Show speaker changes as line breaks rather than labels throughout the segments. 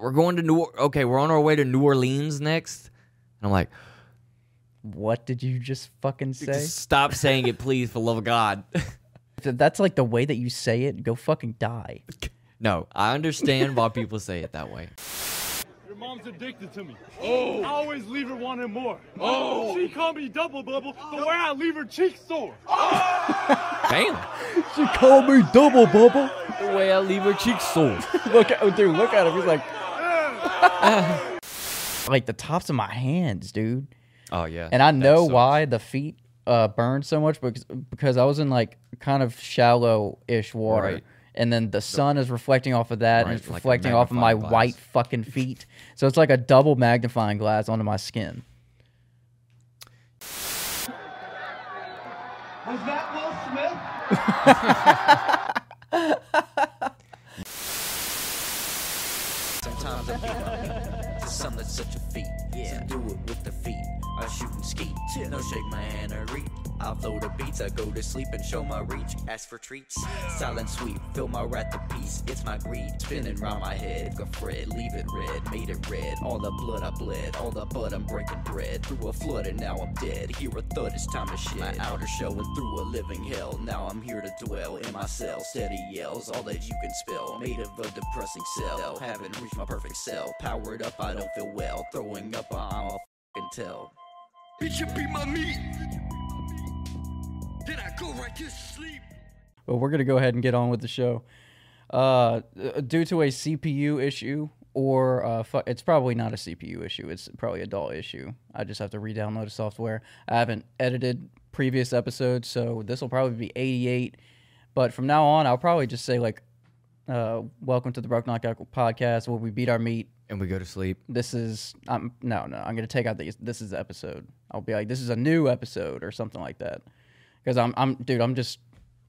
we're going to New. Or- Okay, we're on our way to New Orleans next. And I'm like,
What did you just fucking say?
stop saying it, please, for love of God.
If that's like the way that you say it, go fucking die.
no, I understand why people say it that way.
Your mom's addicted to me. Oh. I always leave her wanting more. Oh. She called me double bubble, but where I leave her cheeks sore.
Damn,
She called me double bubble.
the way I leave her cheeks sore.
Look at oh, dude, look at him. He's like Like the tops of my hands, dude.
Oh yeah,
And I
That
know
sucks.
why the feet uh burned so much because because I was in like kind of shallow ish water.
Right.
And then the sun is reflecting off of
Right,
that, and it's
like a
reflecting off of my
magnifying glass.
white fucking feet. So it's like a double magnifying glass onto my skin.
Was that Will Smith?
Sometimes I beat up to some that's such a feat. Yeah. do it with the feet. I shoot and ski. No shake my hand or reach. I flow the beats. I go to sleep and show my reach. Ask for treats. Silent sweep. Feel my wrath to peace. It's my greed. Spinning round my head. Go Fred. Leave it red. Made it red. All the blood I bled. All the blood I'm breaking bread. Through a flood and now I'm dead. Hear a thud. It's time to shit. My outer shell went through a living hell. Now I'm here to dwell in my cell. Steady yells. All that you can spell. Made of a depressing cell. Haven't reached my perfect cell. Powered up. I don't feel well. Throwing up. I'm a fucking tell.
It should be my meat. Then I go right to sleep.
but we're gonna go ahead and get on with the show. Uh, due to a CPU issue, or uh, fu- it's probably not a CPU issue. It's probably a DAW issue. I just have to re-download a software. I haven't edited previous episodes, so this will probably be 88. But from now on, I'll probably just say like, uh, "Welcome to the Broke Knockout Podcast, where we beat our meat."
And we go to sleep.
This is I'm no no. I'm gonna take out the this is the episode. I'll be like, "This is a new episode" or something like that. Because I'm I'm dude, I'm just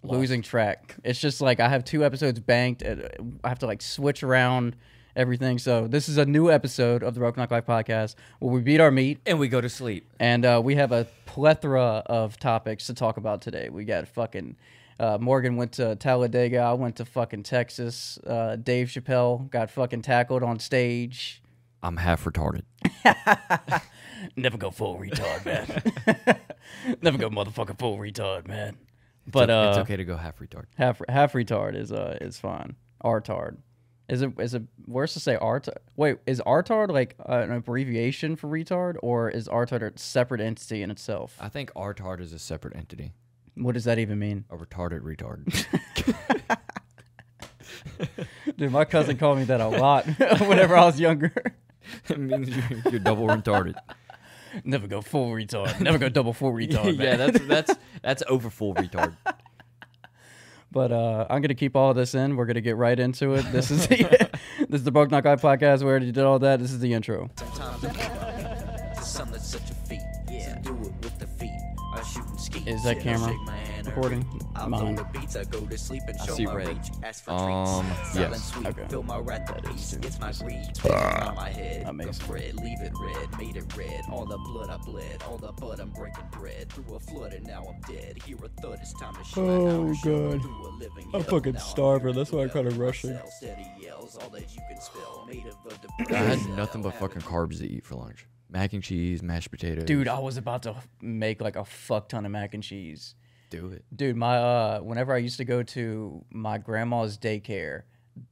losing track. It's just like I have two episodes banked. And uh, I have to like switch around everything. So this is a new episode of the Broken Knock Life podcast where we beat our meat
And we go to sleep.
and uh, we have a plethora of topics to talk about today. We got fucking. Uh, Morgan went to Talladega. I went to fucking Texas. Uh, Dave Chappelle got fucking tackled on stage.
I'm half retarded.
Never go full retard, man. Never go motherfucking full retard, man. But uh,
it's okay to go half retarded.
half half retard is uh is fine. Artard. Is it is it worse to say art? Wait, is artard like uh, an abbreviation for retard, or is artard a separate entity in itself?
I think retard is a separate entity.
What does that even mean?
A retarded retard.
Dude, my cousin called me that a lot whenever I was younger.
it means you're, you're double retarded.
Never go full retard. Never go double full retard.
yeah, that's that's that's over full retard.
But uh, I'm gonna keep all this in. We're gonna get right into it. This is the, this is the Broke Knock Eye podcast. We already did all that. This is the intro.
Sometimes I beat up to some that's such a feat. Yeah. do it with the feet. I shoot and ski.
Is that
Yeah.
camera
Shake my hand or
recording?
reach. I'll
Mine.
throw the beats. I go to sleep and show
see
my
red.
reach. Ask for
Um,
treats.
yes.
Silent sweet.
Okay.
Feel my wrath to peace. It's my greed. Around my head. The
Amazing.
bread, leave it red. Made it red. All the blood I bled. All the blood I'm breaking bread. Through a flood and now I'm dead. Hear a thud. It's time to shut.
Oh, God.
I'm
fucking starving. That's why I'm kinda rushing.
I had nothing but fucking carbs to eat for lunch. Mac and cheese, mashed potatoes.
Dude, I was about to make like a fuck ton of mac and cheese.
do it.
Dude, my uh whenever I used to go to my grandma's daycare,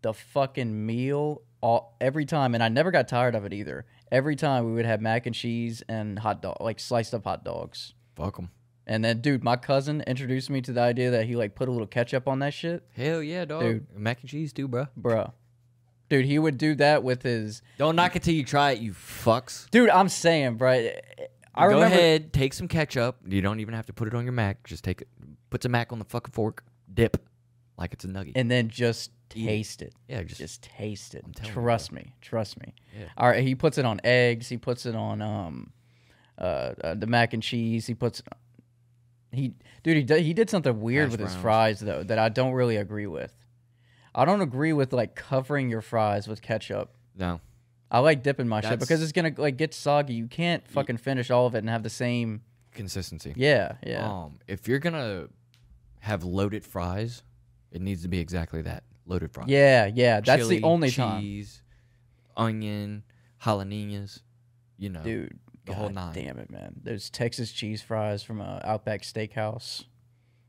the fucking meal all every time and I never got tired of it either. Every time we would have mac and cheese and hot dog like sliced up hot dogs.
Fuck them.
And then dude, my cousin introduced me to the idea that he like put a little ketchup on that shit.
Hell yeah, dog.
Dude.
Mac and cheese too, bruh.
Bruh. Dude, he would do that with his
Don't knock it till you try it, you fucks.
Dude, I'm saying, bruh. I
Go
remember
ahead, take some ketchup. You don't even have to put it on your mac. Just take it, put some mac on the fucking fork, dip, like it's a nugget.
and then just taste it.
yeah, just,
just taste it.
telling you, bro.
Trust me, trust me. All right, he puts it on eggs. He puts it on um, uh, uh the mac and cheese. He puts he dude he did, he did something weird
Hash
with his
browns.
fries though that I don't really agree with. I don't agree with like covering your fries with ketchup.
no.
I like dipping my shit
That's-
because it's gonna like get soggy. You can't fucking finish all of it and have the same.
Consistency.
Yeah, yeah.
Um, if you're gonna have loaded fries, it needs to be exactly that loaded fries.
Yeah, yeah. That's
Chili,
the only time.
cheese, onion, jalapenos, you know.
dude.
The whole
God
nine.
Damn it, man. There's Texas cheese fries from uh, Outback Steakhouse,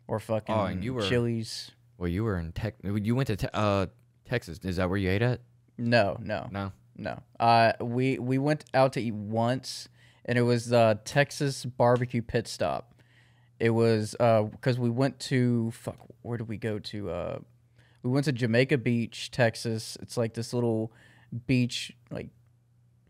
or fucking
Oh, and you were-
Chili's.
Well, you were in Tex. You went to te- uh, Texas. Is that where you ate at?
No, no,
No.
no. Uh, we we went out to eat once, and it was the Texas barbecue pit stop. It was because we went to fuck. Where did we go to? Uh, we went to Jamaica Beach, Texas. It's like this little beach, like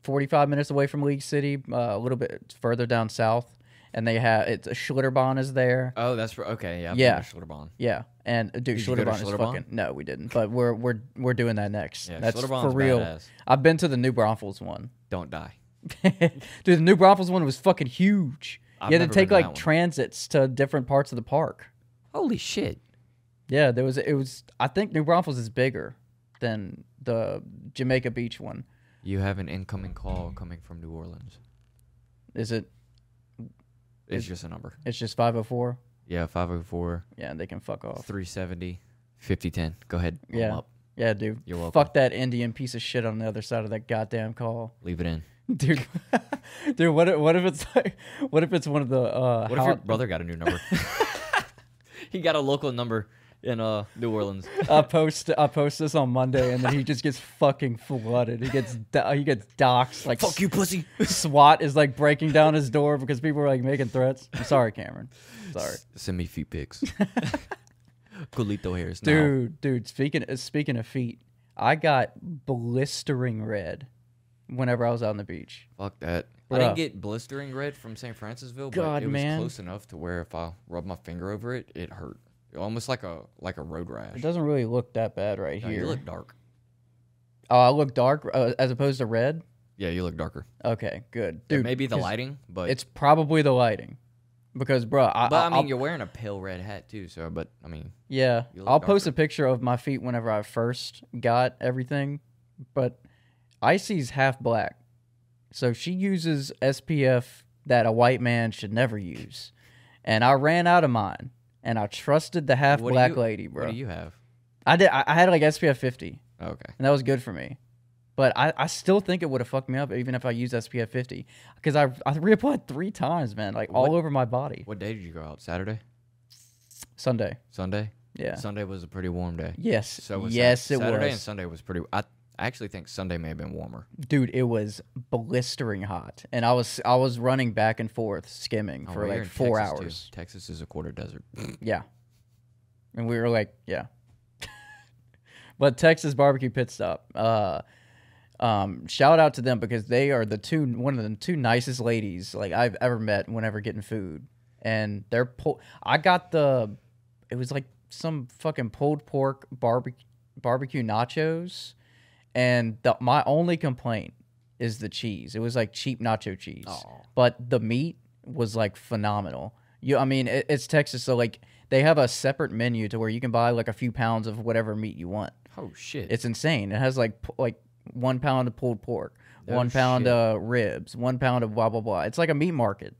forty-five minutes away from League City, uh, a little bit further down south. And they have it's Schlitterbahn is there.
Oh, that's for okay. Yeah. I've
Yeah.
been to Schlitterbahn.
Yeah, and uh, dude,
Did you go to
Schlitterbahn is
Schlitterbahn?
fucking. No, we didn't. But we're we're we're doing that next.
Yeah,
That's for
Schlitterbahn's
real.
badass.
I've been to the New Braunfels one.
Don't die.
dude, the New Braunfels one was fucking huge.
I've
you had
never
to
been to
take
that
like
one.
transits to different parts of the park.
Holy shit.
Yeah, there was it was. I think New Braunfels is bigger than the Jamaica Beach one.
You have an incoming call coming from New Orleans.
Is it?
It's just a number.
It's just five oh four.
Yeah, 504
Yeah, they can fuck off.
370 5010. Go ahead. warm
Yeah,
Up.
yeah, dude.
You're welcome.
Fuck that Indian piece of shit on the other side of that goddamn call.
Leave it in.
dude. dude, what if, what if it's like, what if it's one of the uh,
What if
how-
your brother got a new number? he got a local number in uh New Orleans.
I post I post this on Monday and then he just gets fucking flooded. He gets do- he gets doxxed like
Fuck you, pussy.
SWAT is like breaking down his door because people are like making threats. I'm sorry, Cameron. Sorry.
Send me feet pics. Colito hairs. now.
Dude, dude, speaking uh, speaking of feet, I got blistering red whenever I was out on the beach.
Fuck that. I
Bruh.
didn't get blistering red from St. Francisville, but
God,
it was
man.
close enough to where if I rubbed my finger over it, it hurt. Almost like a like a road rash.
It doesn't really look that bad right
No,
here.
you look dark.
oh, I look dark uh, as opposed to red.
Yeah, you look darker.
Okay, good.
Dude,
Dude,
maybe the
light.
lighting, but
It's probably the lighting, because bro, I,
But I, mean,
will
you're wearing a pale red hat too, so. But I mean,
yeah,
you look
I'll post a picture of my feet whenever I first got everything. But Icy's half black, so she uses SPF that a white man should never use, and I ran out of mine, and I trusted the half
what do
black
you-
lady,
What
bro.
do you have? Oh,
I did. I, I had like SPF fifty,
Okay,
and that was good for me. But I, I still think it would have fucked me up even if I used SPF 50 because I, I reapplied three times, man, like all
What-
over my body.
what day did you go out? Saturday,
Sunday.
Sunday.
Yeah.
Sunday was a pretty warm day.
Yes.
So was Sat-
yes, it
Saturday and
was.
Sunday was pretty. I, I actually think Sunday may have been warmer.
Dude, it was blistering hot, and I was I was running back and forth skimming
Oh,
for
well, you're
like
in
four
Texas, too.
hours.
Texas is a quarter desert.
Yeah, and we were like, yeah. but Texas barbecue pit stop. Uh, um, shout out to them because they are the two one of the two nicest ladies like I've ever met. Whenever getting food, and they're po- I got the it was like some fucking pulled pork barbecue barbecue nachos, and the, my only complaint is the cheese. It was like cheap nacho cheese, but the meat was like phenomenal. You, I mean, it, it's Texas, so like they have a separate menu to where you can buy like a few pounds of whatever meat you want.
oh shit!
It's insane. It has like p- like one pound of pulled pork, one pound
shit.
of ribs, one pound of blah blah blah. It's like a meat market.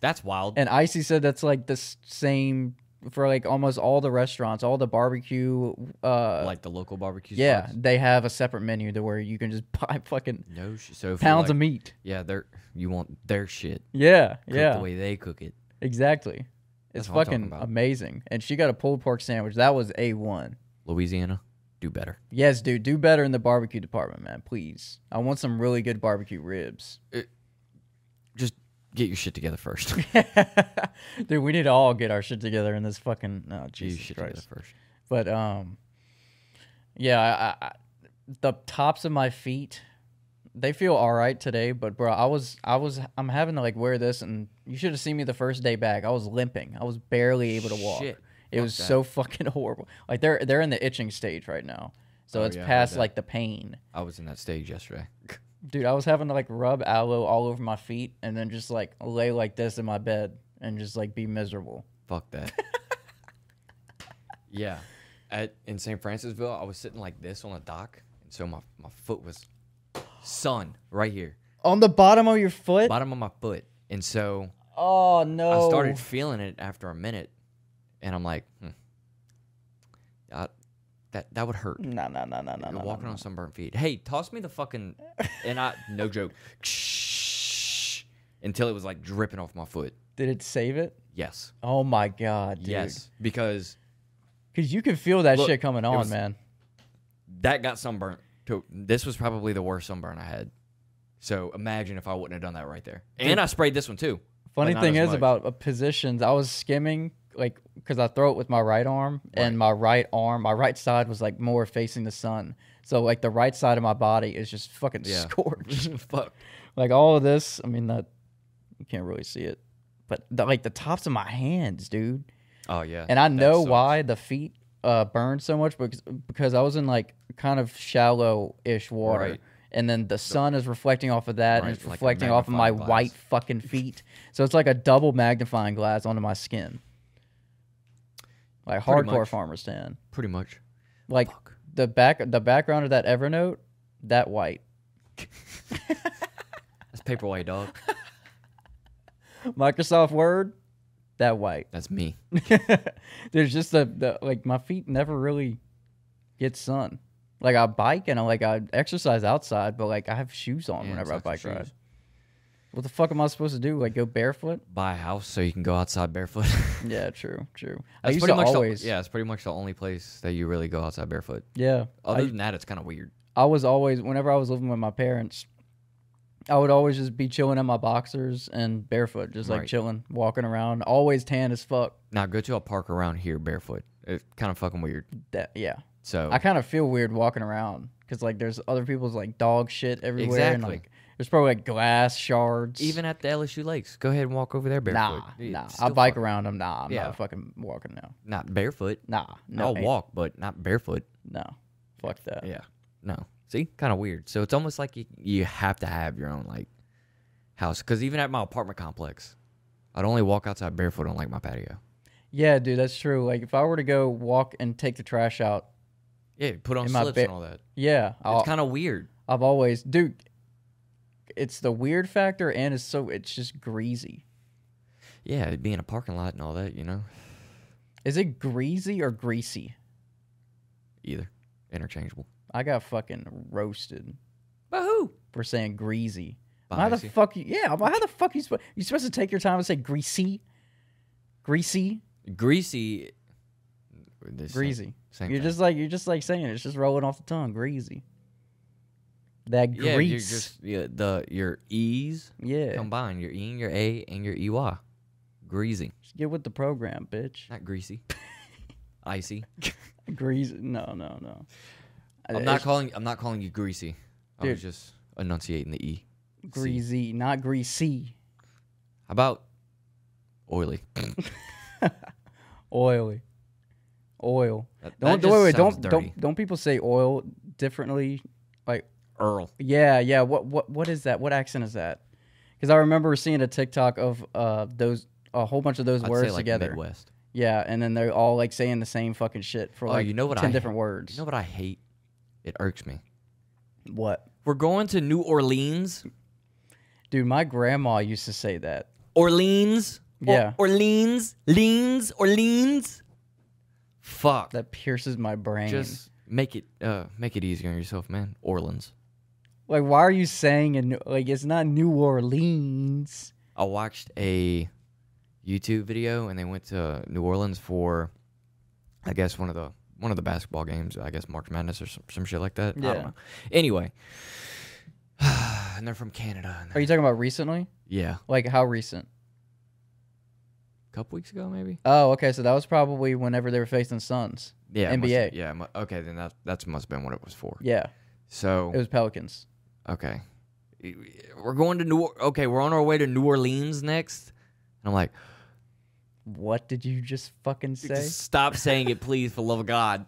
That's wild.
And Icy said that's like the s- same for like almost all the restaurants, all the barbecue. Uh,
like the local barbecue.
yeah,
spots.
they have a separate menu to where you can just buy fucking
No shit. So if you're
pounds
like,
of meat.
Yeah, they're you want their shit.
Yeah,
Cooked
yeah,
The way they cook it.
exactly. It's
That's what I'm talking
fucking
about.
amazing. And she got a pulled pork sandwich. That was a one.
Louisiana, do better.
Yes, dude, do better in the barbecue department, man. Please, I want some really good barbecue ribs.
Just get your shit together first. get
dude, we need to all get our shit together in this fucking. Oh,
your
Jesus
shit
Christ.
together first.
But um, yeah, I, I, I- the tops of my feet, they feel all right today. But bro, I was I was I'm having to like wear this, and you should have seen me the first day back. I was limping. I was barely able to walk.
Shit.
It was so fucking horrible. Like they're they're in the itching stage right now, so
Oh,
it's
yeah, I heard
past
that.
like the pain.
I was in that stage yesterday.
Dude, I was having to like rub aloe all over my feet, and then just like lay like this in my bed and just like be miserable.
Fuck that. yeah. At in St. Francisville, I was sitting like this on a dock, and so my, my foot was sun right here.
On the bottom of your foot?
Bottom of my foot. And so
Oh no!
I started feeling it after a minute, and I'm like, hmm, I, that that would hurt.
No, no, no, no, no, no.
You're
no,
walking
no.
on sunburned feet. Hey, toss me the fucking and I no joke. Until it was like dripping off my foot.
Did it save it?
Yes.
Oh my god, dude.
Yes. Because
Because you could feel that
Look,
shit coming
it
on,
was-
man.
that got sunburnt. To, this was probably the worst sunburn I had. So imagine if I wouldn't have done that right there. And I sprayed this one too.
Funny
but not
thing
as
is
much.
about uh, positions. I was skimming like because I throw it with my right arm, and my right arm, my right side was like more facing the sun. So like the right side of my body is just fucking
Yeah.
scorched.
Fuck.
like all of this, I mean that you can't really see it, but the, like the tops of my hands, dude.
Oh yeah.
And I
That
know
sucked.
why the feet uh, burned so much because because I was in like kind of shallow ish water.
Right.
And then the sun is reflecting off of that
Right,
and it's
like a
reflecting off of my
magnifying glass.
white fucking feet. so it's like a double magnifying glass onto my skin. Like
Pretty
hardcore
much.
farmer stand.
Pretty much.
Like the back the background of that Evernote, that white.
That's paperweight, dog.
Microsoft Word, that white.
That's me.
there's just a the, like my feet never really get sun. Like I bike and I like I exercise outside, but like I have shoes on
Yeah,
whenever I
socks and
bike ride.
shoes.
What the fuck am I supposed to do? Like go barefoot?
Buy a house so you can go outside barefoot.
Yeah, true, true. I
That's
used
pretty
to
much
always
The, yeah, it's pretty much the only place that you really go outside barefoot.
yeah.
Other
I,
than that, it's kind of weird.
I was always whenever I was living with my parents, I would always just be chilling in my boxers and barefoot, just like
Right.
chilling, walking around, always tan as fuck.
Now go to a park around here barefoot. It's kind of fucking weird.
That yeah.
So
I kind of feel weird walking around because like there's other people's like dog shit everywhere and
Exactly.
like there's probably like glass shards.
even at the LSU lakes, go ahead and walk over there
nah,
barefoot. It's
nah. I
still
bike
fuck-
around them. Nah, I'm
Yeah.
not fucking walking now.
Not barefoot.
Nah, no,
I'll
ain't-
walk, but not barefoot.
No, fuck that.
Yeah. No. See, kind of weird. So it's almost like you, you have to have your own like house. Because even at my apartment complex, I'd only walk outside barefoot on like my patio.
Yeah, dude, that's true. Like if I were to go walk and take the trash out,
Yeah, put on
In my
slips
ba-
and all that.
yeah, I'll,
It's kind of weird.
I've always, dude. It's the weird factor, and it's so it's just greasy.
Yeah, it'd be in a parking lot and all that. You know,
Is it greasy or greasy?
either interchangeable.
I got fucking roasted
But who?
for saying greasy.
By
how the
Macy.
fuck? You, yeah, I'm like, how the fuck you supposed? You supposed to take your time and say greasy, greasy,
Greasy. this same-
greasy.
same
you're
thing.
just like you're just like saying it. it's just rolling off the tongue, greasy. That
yeah,
grease.
you're just yeah, the your e's
yeah,
combined. Your e and your a and your ey. Greasy,
just get with the program, bitch.
not greasy. Icy.
Greasy. No, no, no. Uh,
I'm not calling. I'm not calling you greasy. I was
Dude.
just enunciating the e.
greasy, not greasy.
How about oily?
Oily, oil.
That-
Don't
that just
wait, wait,
sounds
don't
dirty.
don't don't people say oil differently? Like
Earl.
Yeah, yeah. What what what is that? What accent is that? Because I remember seeing a TikTok of uh those a whole bunch of those
I'd
words
say like
together.
Midwest.
Yeah, and then they're all like saying the same fucking shit for
Oh,
like
you know what
ten
I-
different words.
You know what I hate? It irks me.
what?
We're going to New Orleans.
Dude, my grandma used to say that.
Orleans. Or-
Yeah.
Orleans. Leans. Orleans. Fuck.
That pierces my brain.
Just make it uh make it easier on yourself, man. Orleans.
like, why are you saying and like it's not New Orleans?
I watched a YouTube video and they went to New Orleans for I guess one of the one of the basketball games, I guess March Madness or some, some shit like that. I
Yeah.
don't know. Anyway. and they're from Canada. And
Are you talking about recently?
yeah.
Like how recent?
A couple weeks ago maybe?
Oh, okay. So that was probably whenever they were facing Suns.
Yeah. it must-
NBA.
yeah. mu- Okay, then that that's must have been what it was for.
Yeah,
So
it was Pelicans.
okay. We're going to New Or- okay, we're on our way to New Orleans next. And I'm like,
What did you just fucking say?
Just stop saying it, please, for love of God.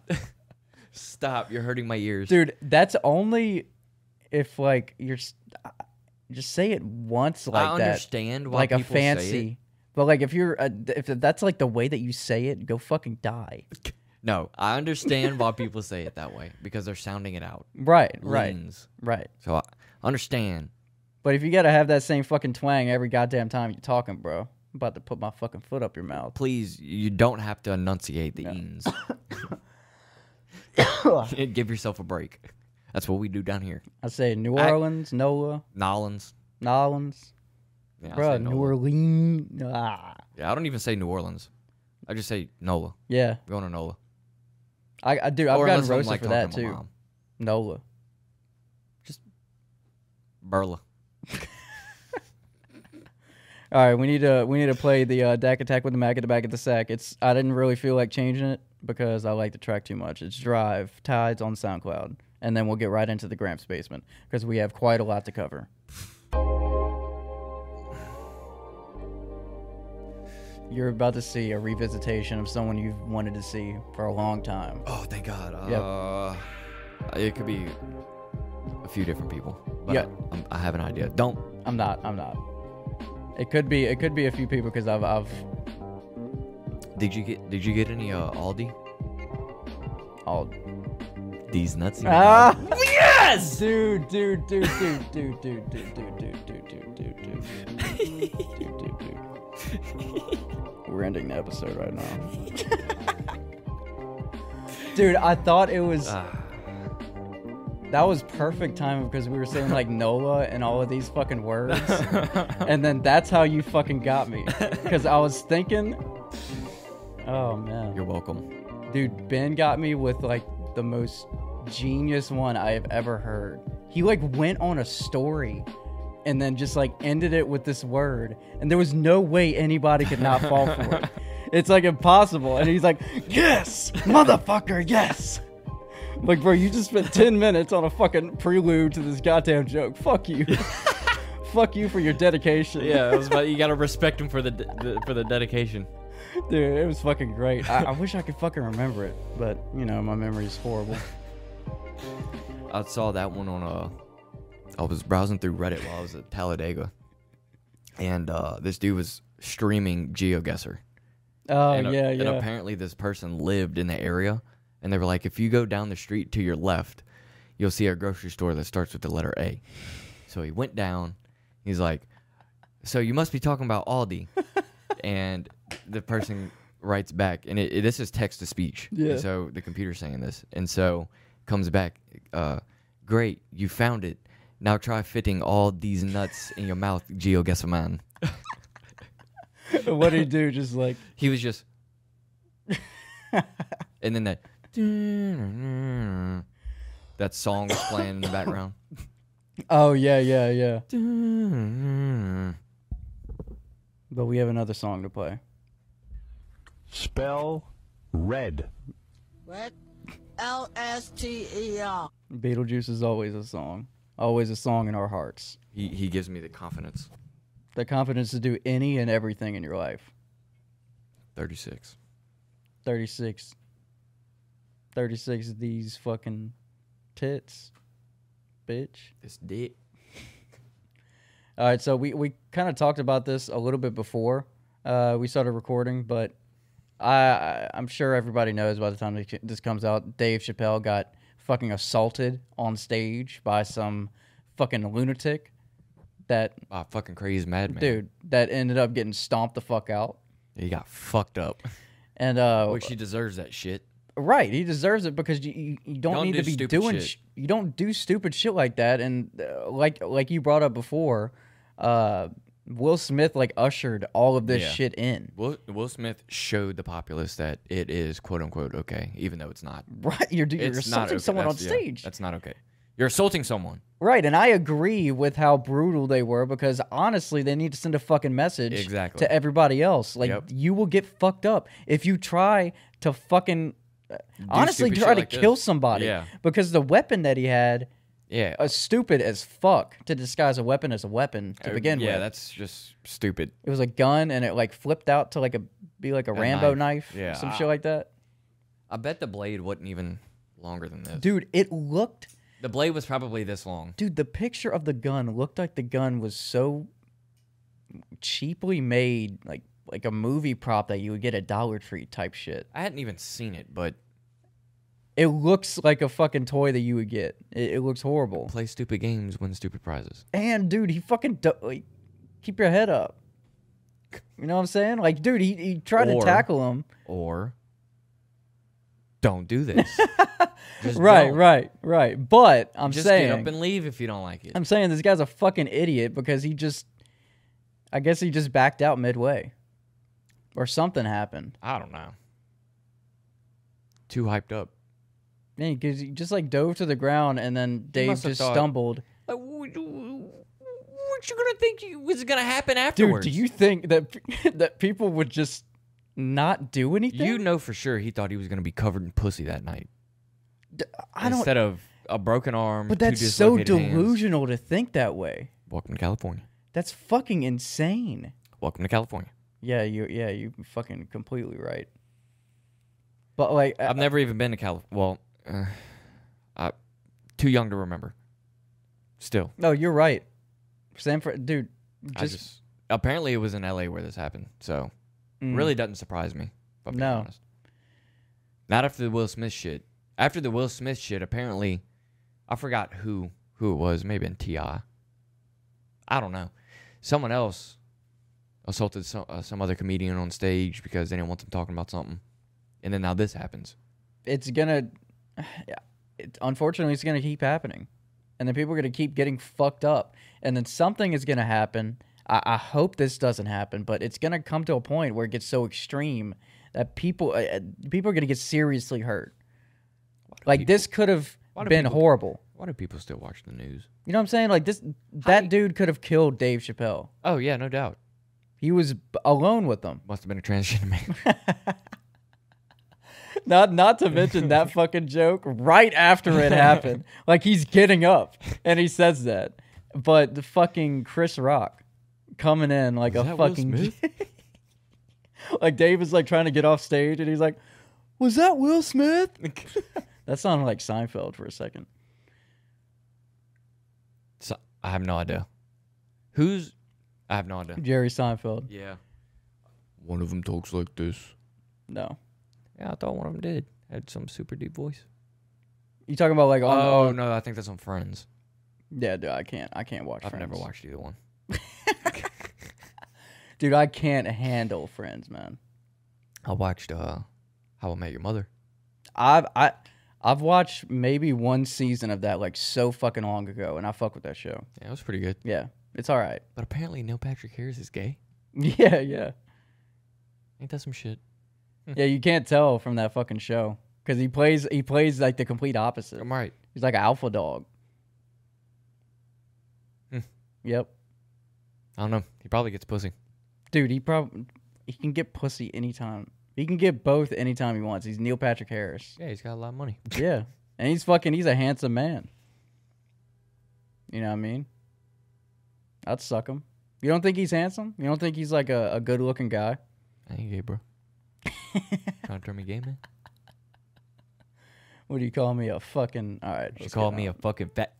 stop. You're hurting my ears.
dude that's only if like you're s- I- just say it once like
I
that
understand why
like a
people say it.
fancy but like if you're a, if that's like the way that you say it go fucking die
No, I understand why people say it that way because they're sounding it out.
right right
Leans.
right
So I understand.
but if you gotta have that same fucking twang every goddamn time you're talking bro i'm about to put my fucking foot up your mouth
Please, you don't have to enunciate the eans. Give yourself a break. That's what we do down here.
I say New
I-
Orleans, NOLA,
Nolans.
Nolans.
Yeah, I say
Bruh,
Nola.
New Orleans. Ah.
Yeah, I don't even say New Orleans. I just say Nola.
Yeah.
We're going to Nola.
I, I dude, I've
Or
gotten
unless I'm,
roasted
like,
for
talking
that
to my
too.
mom.
NOLA.
Burla.
All right, we need to we need to play the uh, Dak Attack with the Mac at the back of the sack. It's I didn't really feel like changing it because I like the track too much. It's Drive Tides on SoundCloud, and then we'll get right into the Gramps basement because we have quite a lot to cover. You're about to see a revisitation of someone you've wanted to see for a long time.
Oh, thank God.
Yep.
Uh, It could be a few different people. But
Yeah.
I'm, I have an idea. Don't.
I'm not. I'm not. It could be. It could be a few people because I've I've
Did you get Did you get any uh, Aldi?
all
These nuts. you
Ah!
know.
Yes! Dude, dude, dude, dude, dude, dude, dude, dude, dude, dude, dude, dude, dude, dude, dude, dude. We're ending the episode right now. Dude, I thought it was. That was perfect timing because we were saying like NOLA and all of these fucking words. and then that's how you fucking got me. Because I was thinking. Oh, man
You're welcome.
dude ben got me with like the most genius one i have ever heard he like went on a story and then just like ended it with this word and there was no way anybody could not fall for it it's like impossible and he's like yes motherfucker yes I'm like bro you just spent 10 minutes on a fucking prelude to this goddamn joke fuck you fuck you for your dedication
Yeah, it was about, you gotta respect him for the, the for the dedication.
Dude, it was fucking great. I, I wish I could fucking remember it, but you know my memory is horrible.
I saw that one on uh I was browsing through Reddit while I was at Talladega. And uh this dude was streaming GeoGuessr.
Oh
and, a-
yeah,
and
yeah.
apparently this person lived in the area and they were like, if you go down the street to your left, you'll see a grocery store that starts with the letter A. So he went down, he's like, So you must be talking about Aldi. and the person writes back, and it, it- this is text to speech.
Yeah.
So the computer's saying this. And so comes back, uh, great, you found it. Now try fitting all these nuts in your mouth, Geo Gessamine.
what do you do? Just like
He was just, and then that that song was playing in the background.
oh yeah, yeah, yeah. But we have another song to play.
Spell red.
What? L S T E R.
Beetlejuice is always a song, always a song in our hearts.
He he gives me the confidence.
The confidence to do any and everything in your life.
Thirty six.
36. 36 of these fucking tits, bitch.
It's dick.
All right, so we, we kind of talked about this a little bit before uh, we started recording, but I, I I'm sure everybody knows by the time this- this comes out, Dave Chappelle got fucking assaulted on stage by some fucking lunatic that
Ah, fucking crazy madman.
dude that ended up getting stomped the fuck out.
he got fucked up.
And uh,
Which he Oh, deserves that shit.
right, he deserves it because you, you, you don't,
Don't
need
do
to be
stupid
doing
shit.
sh- you don't do stupid shit like that. And uh, like like you brought up before, uh, Will Smith like ushered all of this
Yeah.
shit in.
Will Will Smith showed the populace that it is quote unquote okay, even though it's not.
Right, you're, you're
it's
assaulting
okay.
someone
That's-
on
yeah,
stage.
that's not okay. You're assaulting someone.
right, and I agree with how brutal they were because honestly, they need to send a fucking message
Exactly.
to everybody else. Like,
Yep.
you will get fucked up if you try to fucking uh, honestly
stupid
try
shit
to
like
kill
this.
somebody
Yeah.
because the weapon that he had
Yeah. uh,
was stupid as fuck to disguise a weapon as a weapon to begin
Oh, Er, yeah,
with.
that's just stupid.
it was a gun and it like flipped out to like a be like a, Rambo knife,
knife. Yeah.
some shit like that.
I bet the blade wasn't even longer than this.
Dude, it looked
The blade was probably this long.
dude the picture of the gun looked like the gun was so cheaply made like like a movie prop that you would get at dollar tree type shit
I hadn't even seen it, but
it looks like a fucking toy that you would get it, it looks horrible
play stupid games, win stupid prizes.
and dude he fucking do- like keep your head up you know what i'm saying like dude he, he tried to
Or-
tackle him
Or don't do this. Just
Right,
don't.
right, right. But I'm
Just
saying,
get up and leave if you don't like it.
I'm saying this guy's a fucking idiot because he just, I guess he just backed out midway, or something happened.
I don't know. Too hyped up.
Yeah, because he just like dove to the ground and then Dave
must have
just
thought-
stumbled.
Like, what, what you gonna think you, was gonna happen
Dude,
afterwards?
do you think that that people would just not do anything?
You know for sure he thought he was gonna be covered in pussy that night
I don't.
instead of a broken arm.
But
two
that's so
dislocated hands.
delusional to think that way.
Welcome to California.
That's fucking insane.
Welcome to California.
Yeah, you. Yeah, you. Fucking completely right. But like, uh,
I've never even been to California. Well, uh, I too young to remember. Still,
No, you're right. San Fran, dude.
I
Just,
just apparently it was in L.A. where this happened, so
mm.
really doesn't surprise me. If I'm being
No.
honest. Not after the Will Smith shit. After the Will Smith shit, apparently, I forgot who who it was. Maybe in Ti. I don't know. Someone else assaulted some uh, some other comedian on stage because they didn't want them talking about something, and then now this happens.
It's gonna. It, unfortunately, it's gonna keep happening, and then people are gonna keep getting fucked up, and then something is gonna happen. I, I hope this doesn't happen, but it's gonna come to a point where it gets so extreme that people uh, uh, people are gonna get seriously hurt. Like this could have
why do
been
people-
horrible.
Why do people still watch the news?
You know what I'm saying? Like this, that dude could have killed Dave Chappelle.
Oh yeah, no doubt.
He was b- alone with them.
Must have been a transgender man.
Not not to mention that fucking joke right after it happened. Like he's getting up and he says that. But the fucking Chris Rock coming in like a
that Will
fucking
Smith?
like Dave is like trying to get off stage and he's like, Was that Will Smith? that sounded like Seinfeld for a second.
so, I have no idea. Who's? I have no idea.
Jerry Seinfeld.
Yeah. One of them talks like this.
No.
Yeah, I thought one of them did. Had some super deep voice.
You talking about like on-
Oh,
on-
no, I think that's on Friends.
Yeah, dude, I can't I can't watch
I've
Friends.
never watched either one.
Dude, I can't handle Friends, man.
I watched uh, How I Met Your Mother.
I've I I've watched maybe one season of that like so fucking long ago, and I fuck with that show.
Yeah, it was pretty good.
Yeah, it's all right.
But apparently, Neil Patrick Harris is gay.
Yeah, yeah,
Ain't that some shit?
yeah. You can't tell from that fucking show because he plays he plays like the complete opposite.
I'm right.
He's like an alpha dog.
Hmm.
Yep,
I don't know. He probably gets pussy.
dude. He probably he can get pussy anytime. He can get both anytime he wants. He's Neil Patrick Harris.
Yeah, he's got a lot of money.
Yeah, and he's fucking. He's a handsome man. You know what I mean? I'd suck him. You don't think he's handsome? You don't think he's like a, a good looking guy?
I ain't gay, bro. Trying to turn me gay, man?
What do you call me? A fucking all right.
She called me a fucking fat.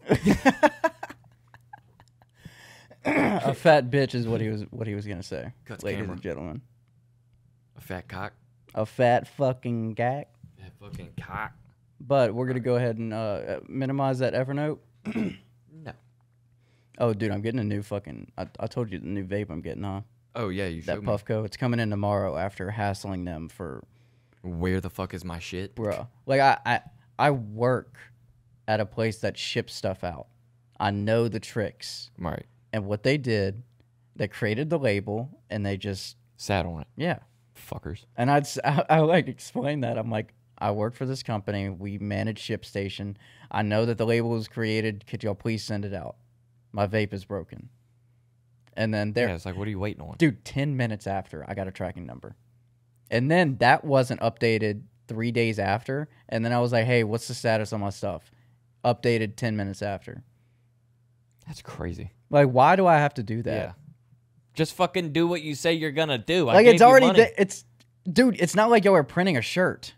a fat bitch is what he was what he was gonna say,
Cut the
ladies
camera.
and gentlemen.
A fat cock.
A fat fucking gack.
That fucking cock.
But we're gonna go ahead and uh, minimize that Evernote.
No.
Oh, dude, I'm getting a new fucking. I, I told you the new vape I'm getting, huh?
Oh, yeah, you
That
showed me.
Puffco. It's coming in tomorrow after hassling them for
Where the fuck is my shit?
bro. Like I, I I work at a place that ships stuff out. I know the tricks
I'm right.
and what they did. They created the label and they just
Sat on it.
yeah.
Fuckers.
And I'd s- I, I like explain that I'm like I work for this company. We manage ShipStation. I know that the label was created. Could y'all please send it out? My vape is broken. And then there,
Yeah, it's like, what are you waiting on?
dude 10 minutes after i got a tracking number and then that wasn't updated three days after and then i was like hey what's the status on my stuff updated 10 minutes after
That's crazy.
like why do i have to do that
Just fucking do what you say you're gonna do. I
like
gave
it's
you
already
money.
th- it's dude it's not like y'all are printing a shirt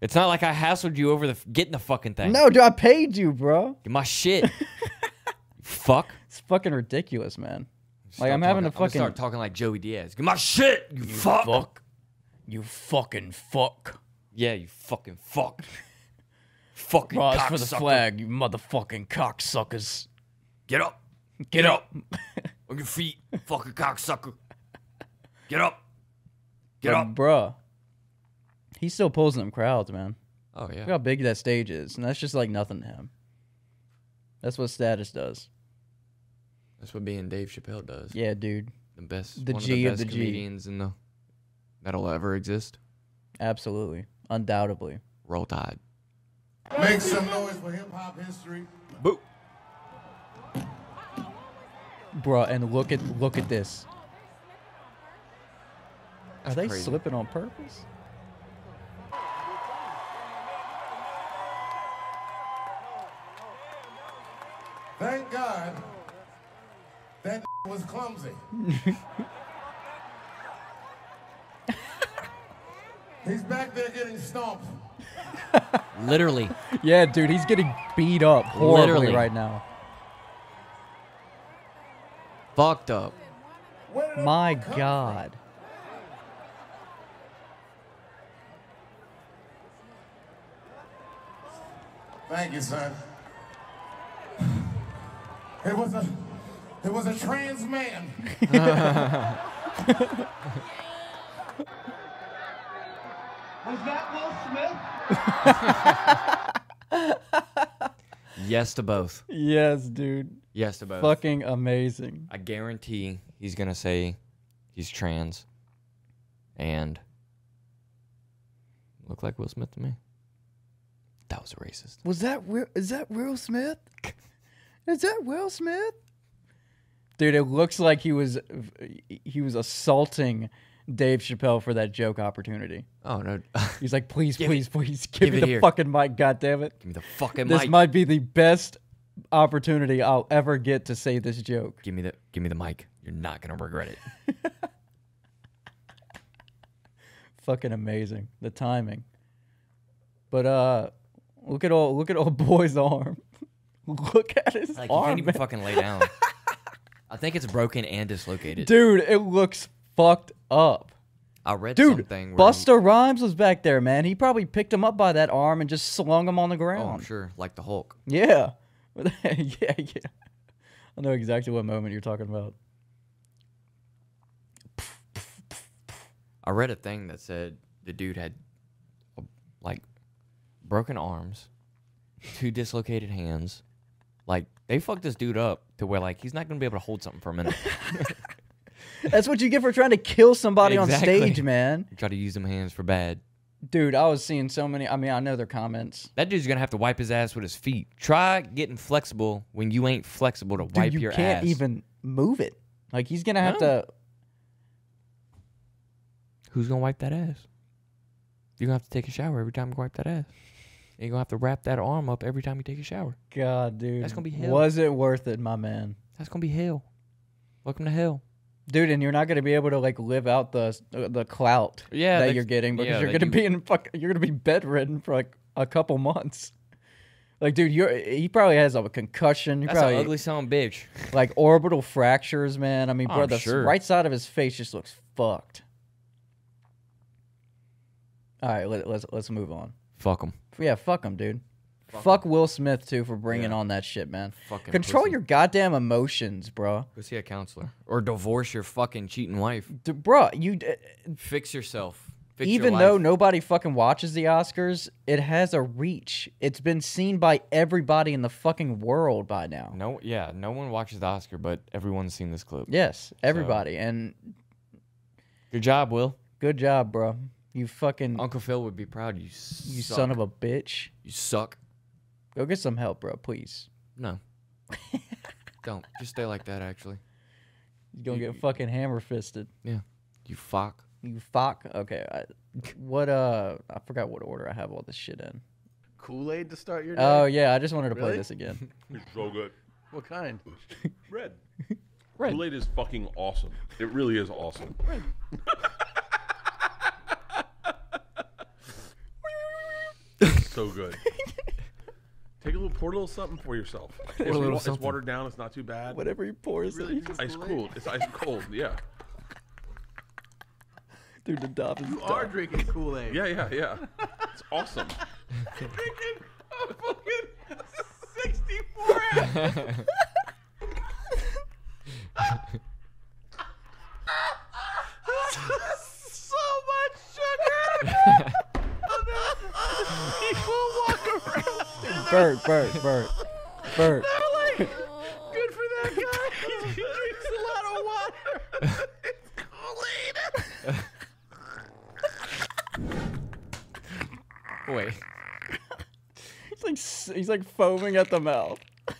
It's not like I hassled you over the f- getting the fucking thing.
no dude i paid you bro
Get my shit. Fuck.
it's fucking ridiculous man like
Start
i'm having
talking-
to
gonna
fucking
start talking like Joey Diaz. Get my shit. You, fuck.
you fucking fuck
Yeah, you fucking fuck. fucking
rise for the
cocksucker.
flag you motherfucking cocksuckers
Get up.
get up
On your feet. fucking cocksucker. Get up. Get
But
up.
bruh. He still pulls in them crowds, man.
Oh
Look
yeah.
how big that stage is, and that's just like nothing to him. That's what status does.
That's what being Dave Chappelle does.
Yeah, dude,
The best
The
one
G of
of the best
the G.
comedians in the that'll ever exist.
absolutely, undoubtedly.
Roll Tide.
Make some noise for hip hop history.
Boo.
Bruh, and look at look at this. Are they
crazy.
slipping on purpose?
Thank God that was clumsy. He's back there getting stomped.
Literally.
Yeah, dude, he's getting beat up horribly
Literally.
right now.
Fucked up.
Where did it
My
come
God.
from? Thank you, son. It was a it was a trans man.
Was that Will Smith?
Yes to both.
Yes, dude.
Yes to both.
Fucking amazing.
I guarantee he's gonna say he's trans and look like Will Smith to me. That was racist.
Was that Will? Is that Will Smith? Is that Will Smith? Dude, it looks like he was he was assaulting Dave Chappelle for that joke opportunity.
Oh no!
He's like, please,
Give it-
please, please, give,
give
me
it
the
here."
fucking mic, goddammit.
Give me the fucking
This
mic.
might be the best opportunity I'll ever get to say this joke.
give me the give me the mic. You're not gonna regret it.
Fucking amazing. The timing. But uh look at all look at old boy's arm. look at his
Like you
arm.
can't even
man.
fucking lay down. I think it's broken and dislocated.
Dude, it looks fucked up.
I read
Dude,
something. where-
Buster Rhymes was back there, man. He probably picked him up by that arm and just slung him on the
Oh,
ground.
I'm sure, like the Hulk.
Yeah. yeah, yeah. I know exactly what moment you're talking about.
I read a thing that said the dude had uh, like broken arms, two dislocated hands. Like they fucked this dude up to where like he's not gonna be able to hold something for a minute.
That's what you get for trying to kill somebody
Exactly.
on stage, man.
Try to use them hands for bad.
Dude, I was seeing so many. I mean, I know their comments.
That dude's gonna have to wipe his ass with his feet. Try getting flexible when you ain't flexible to
Dude,
wipe
you
your
can't
ass.
even move it. Like he's gonna have
No.
to.
Who's gonna wipe that ass? You're gonna have to take a shower every time you wipe that ass. And you're gonna have to wrap that arm up every time you take a shower.
God, dude,
That's gonna be hell.
Was it worth it, my man?
That's gonna be hell. Welcome to hell.
Dude, and you're not gonna be able to like live out the uh, the clout
Yeah,
that
they-
you're getting because
yeah,
you're
they
gonna
do-
be in fuck. You're gonna be bedridden for like a couple months. Like, dude, you're he probably has a concussion. He
That's
probably
an ugly son of a bitch.
like orbital fractures, man. I mean,
I'm
bro, the s-
sure.
right side of his face just looks fucked. All right, let, let's let's move on.
Fuck him.
Yeah, fuck him, dude. Fuck, Will Smith too for bringing on that shit, man.
Fucking
Control
pussy.
your goddamn emotions, bro.
Go see a counselor or divorce your fucking cheating wife.
D- bro, you d-
Fix yourself. Fix your
even
life.
though nobody fucking watches the Oscars, it has a reach. It's been seen by everybody in the fucking world by now.
no, yeah, no one watches the Oscar, but everyone's seen this clip.
Yes, everybody. And
Good job, Will.
good job, bro. You fucking
Uncle Phil would be proud. You,
you son of a bitch.
you suck.
Go get some help, bro, please.
No, don't. Just stay like that. Actually,
You're gonna get fucking hammer fisted.
yeah. You fuck.
You fuck. Okay. I, what uh I forgot what order I have all this shit in.
Kool Aid to start your day?
Oh yeah, I just wanted to play
Really?
this again.
So good.
what kind?
Red. Kool-Aid is fucking awesome. It really is awesome. so good. Take a little pour a little something for yourself. It's, wa-
little
it's
something.
watered down. It's not too bad.
Whatever he pours,
Really?
in.
Ice cooled. It's ice cold. Yeah.
dude, the dolphins.
You are drinking Kool Aid.
Yeah. Yeah. Yeah. It's awesome.
Drinking a fucking 64 ounce. so much sugar.
Bert, Bert, Bert, Bert.
Good for that guy. he drinks a lot of water. it's Kool-Aid.
Wait.
He's like s- he's like foaming at the mouth.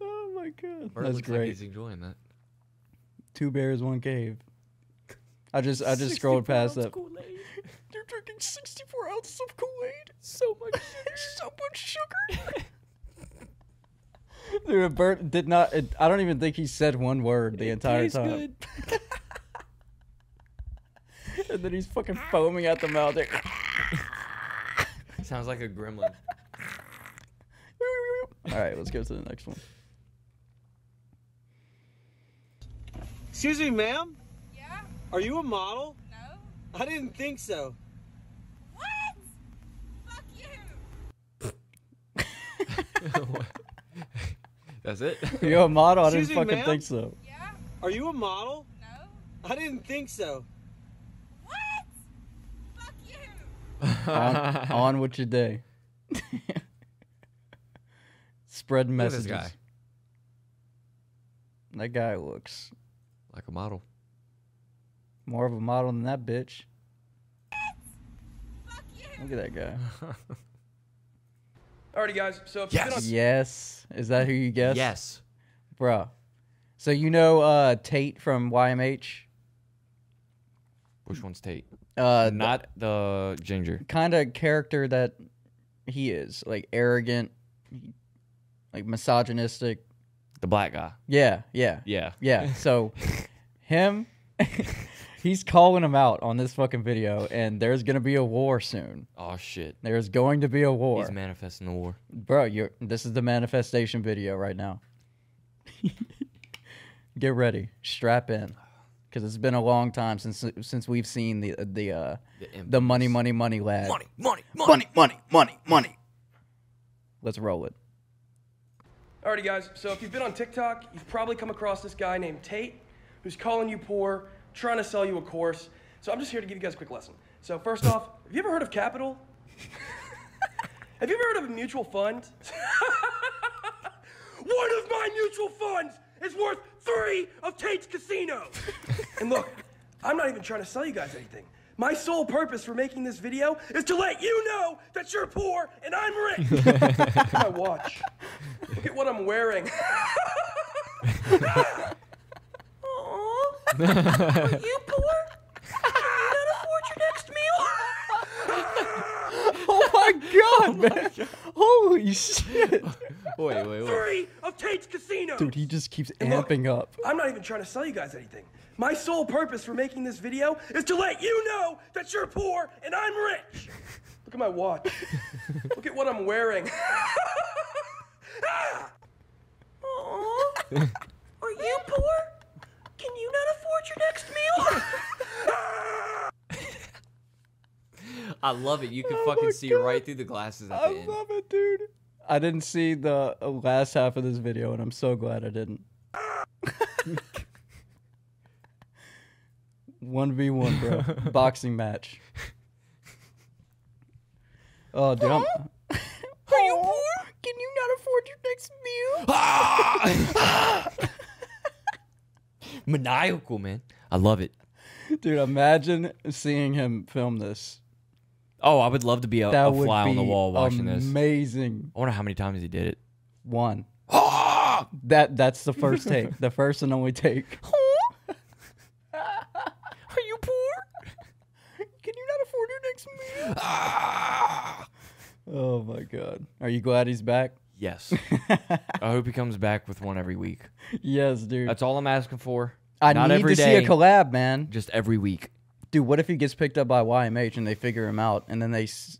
oh my
Bert
god, that's
looks like
great.
he's enjoying that.
Two bears, one cave. I just I just scrolled past that. You're drinking 64 ounces of Kool-Aid. So much sugar. so much sugar. Dude, Bert did not. It, I don't even think he said one word the entire
tastes
time. and then he's fucking foaming at the mouth. like,
Sounds like a gremlin.
All right, let's go to the next one.
Excuse me, ma'am? Yeah? Are you a model? No. I didn't think so.
That's it.
You're a model. I didn't
Excuse me,
fucking
ma'am?
think so.
Are you a model? No. I didn't think so.
on, on with your day. Spread
Look at this guy.
messages. That guy looks
Like a model.
more of a model than that bitch. Look at that guy.
Alrighty, guys. So if you've been on
yes. Is that who you guessed?
Yes.
Bruh. So you know uh, Tate from YMH?
Which one's Tate?
Uh,
Not the ginger.
kind of character that he is, like arrogant, like misogynistic.
The black guy.
Yeah, yeah,
Yeah.
yeah. So him, he's calling him out on this fucking video, and there's gonna be a war soon.
Oh shit.
There's going to be a war,
He's manifesting the war.
bro. You're this is the manifestation video right now. Get ready, strap in, because it's been a long time since since we've seen the the uh, the, money, money, money lad.
money,
money, money, money, money. Let's roll it.
Alrighty, guys. So if you've been on TikTok, you've probably come across this guy named Tate, who's calling you poor, trying to sell you a course. So I'm just here to give you guys a quick lesson. So first off, have you ever heard of capital? have you ever heard of a mutual fund? One of my mutual funds is worth three of Tate's casino. and look, I'm not even trying to sell you guys anything. My sole purpose for making this video is to let you know that you're poor and I'm rich. Look at my watch. Look at what I'm wearing. Are you poor? Cannot afford your next meal?
oh my god, man! Holy shit!
wait, wait,
Three of Tate's Casino.
Dude, he just keeps amping up.
I'm not even trying to sell you guys anything. My sole purpose for making this video is to let you know that you're poor and I'm rich. Look at my watch. Look at what I'm wearing. Aw, Are you poor? Can you not afford your next meal?
I love it. You can
Oh my
fucking see right through the glasses at
I
the end.
love it, dude. I didn't see the uh, last half of this video, and I'm so glad I didn't. One v one, bro. Boxing match. Oh, dude, I'm,
Are you poor? Can you not afford your next meal?
Maniacal, man. I love it.
dude, imagine seeing him film this.
Oh, I would love to be a,
That
a
would
fly on the
be
wall watching this.
Amazing.
I wonder how many times he did it.
One.
Ah!
that that's the first take, the first and only take.
Are you poor? Can you not afford your next meal? Ah!
Oh my god. Are you glad he's back?
Yes. I hope he comes back with one every week.
Yes, dude.
That's all I'm asking for.
I
Not
need
every
to see a
day,
collab, man.
Just every week.
Dude, what if he gets picked up by YMH and they figure him out and then they s-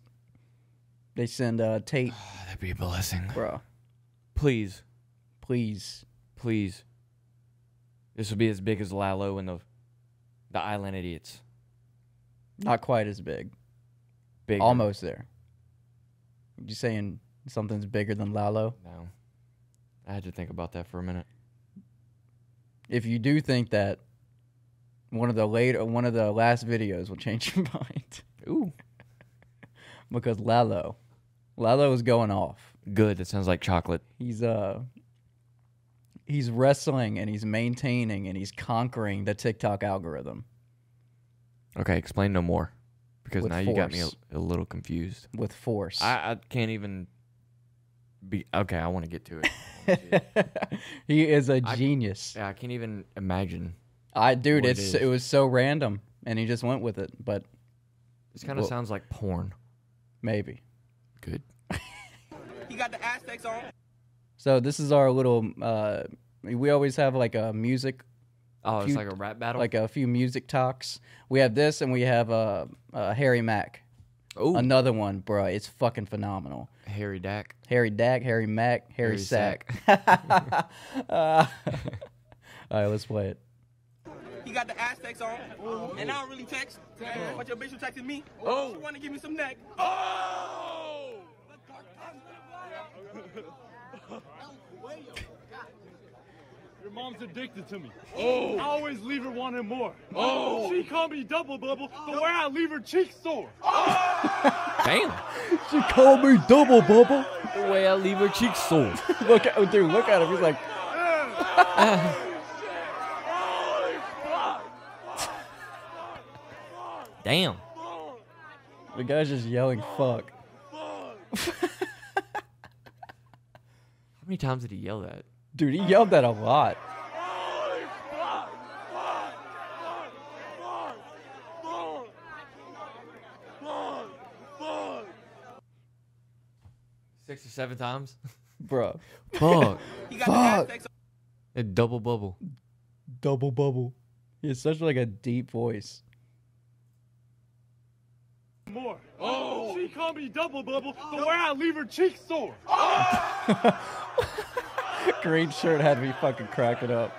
they send uh Tate,
Oh, That'd be a blessing.
bro.
Please,
please,
please. This would be as big as Lalo and the the Island Idiots.
Not quite as big.
Bigger.
Almost there. You saying something's bigger than Lalo?
No. I had to think about that for a minute.
If you do think that uh, one of the later one of the last videos will change your mind.
Ooh.
because Lalo, Lalo is going off.
Good. That sounds like chocolate.
He's uh, he's wrestling and he's maintaining and he's conquering the TikTok algorithm
Okay, explain no more, because
With
now you got me
force.
a, a little confused.
with force.
I, I can't even be okay. I want to get to it.
he is a genius.
yeah, I can't even imagine.
I dude,
what it
it's
is.
it was so random, and he just went with it. But
This kind of
Well-
sounds like porn.
maybe.
Good.
You got the Aztecs on.
So this is our little. Uh, we always have like a music.
Oh, it's like a rap battle?
Like a few music talks. We have this, and we have uh, uh, Harry Mack.
Oh,
another one, bro. It's fucking phenomenal.
Harry Dak.
Harry Dak, Harry Mack, Harry,
Harry
Sack. Uh, all right, let's play it.
You got the Aztecs on. And I don't really text. But your bitch was texting me. Oh. She want to give me some neck. Oh!
Your mom's addicted to me. Oh. I always leave her wanting more. Oh. She called me double bubble, the way I leave her cheeks sore.
Damn.
She called me double bubble.
The way I leave her cheeks sore.
look at oh, dude, look at him. He's like
Damn.
the guy's just yelling fuck.
How many times did he yell that?
Dude, he yelled that a lot.
Six or seven times.
Bro.
Fuck.
fuck.
A double bubble.
Double bubble. He has such like a deep voice.
More. Oh. She called me double bubble, the way I leave her cheeks sore.
Green shirt had me fucking cracking up.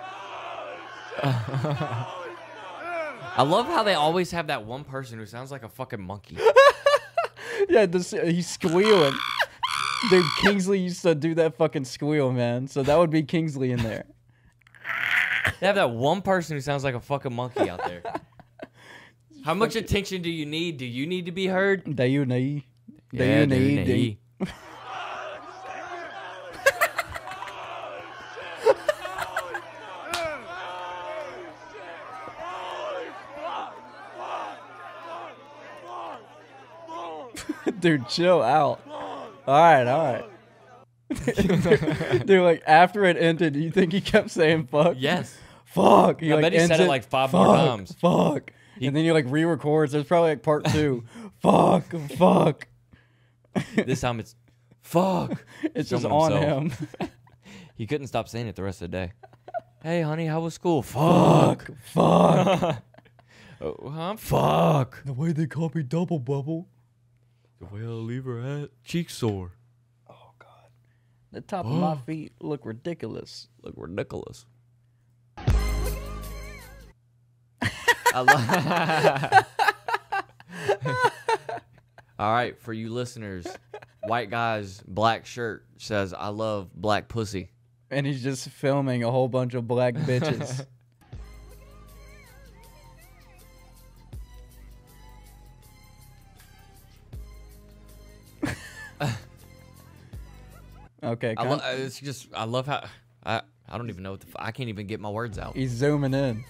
I love how they always have that one person who sounds like a fucking monkey.
Yeah, this, he's squealing. Dude, Kingsley used to do that fucking squeal, man. So that would be Kingsley in there.
They have that one person who sounds like a fucking monkey out there. How much attention do you need? Do you need to be heard?
Do you need? Do
Yeah,
you
do you
need? do you- Dude, chill out. All right, all right. dude, like after it ended, do you think he kept saying fuck?
Yes.
Fuck.
I
like,
bet he said
ends
it like five more
"Fuck,
times."
Fuck. and then he like re-records. There's probably like part two. fuck. Fuck.
This time it's fuck.
It's
Some
just
of
on
himself.
him.
he couldn't stop saying it the rest of the day. Hey, honey, how was school? Fuck.
Fuck.
oh, huh? Fuck.
The way they call me double bubble.
The way I leave her at cheek sore.
The top of my feet look ridiculous.
Look, we're Nicholas. I lo- All right, for you listeners, white guys, black shirt says, "I love black pussy."
And he's just filming a whole bunch of black bitches. okay,
I
con-
lo- uh, it's just I love how I I don't even know what the f- I can't even get my words out.
he's zooming in.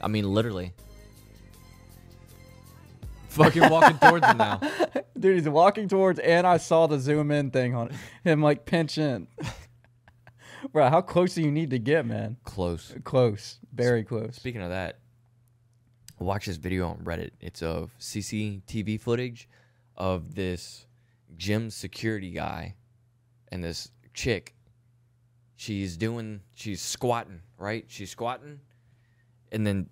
I mean, literally. Fucking walking towards him now.
Dude, he's walking towards, and I saw the zoom in thing on him, like pinch in. Bro, how close do you need to get, man?
Close.
Close, very close.
Speaking of that, I watched this video on Reddit. It's of CCTV footage of this gym security guy and this chick. She's doing, she's squatting, right? She's squatting and then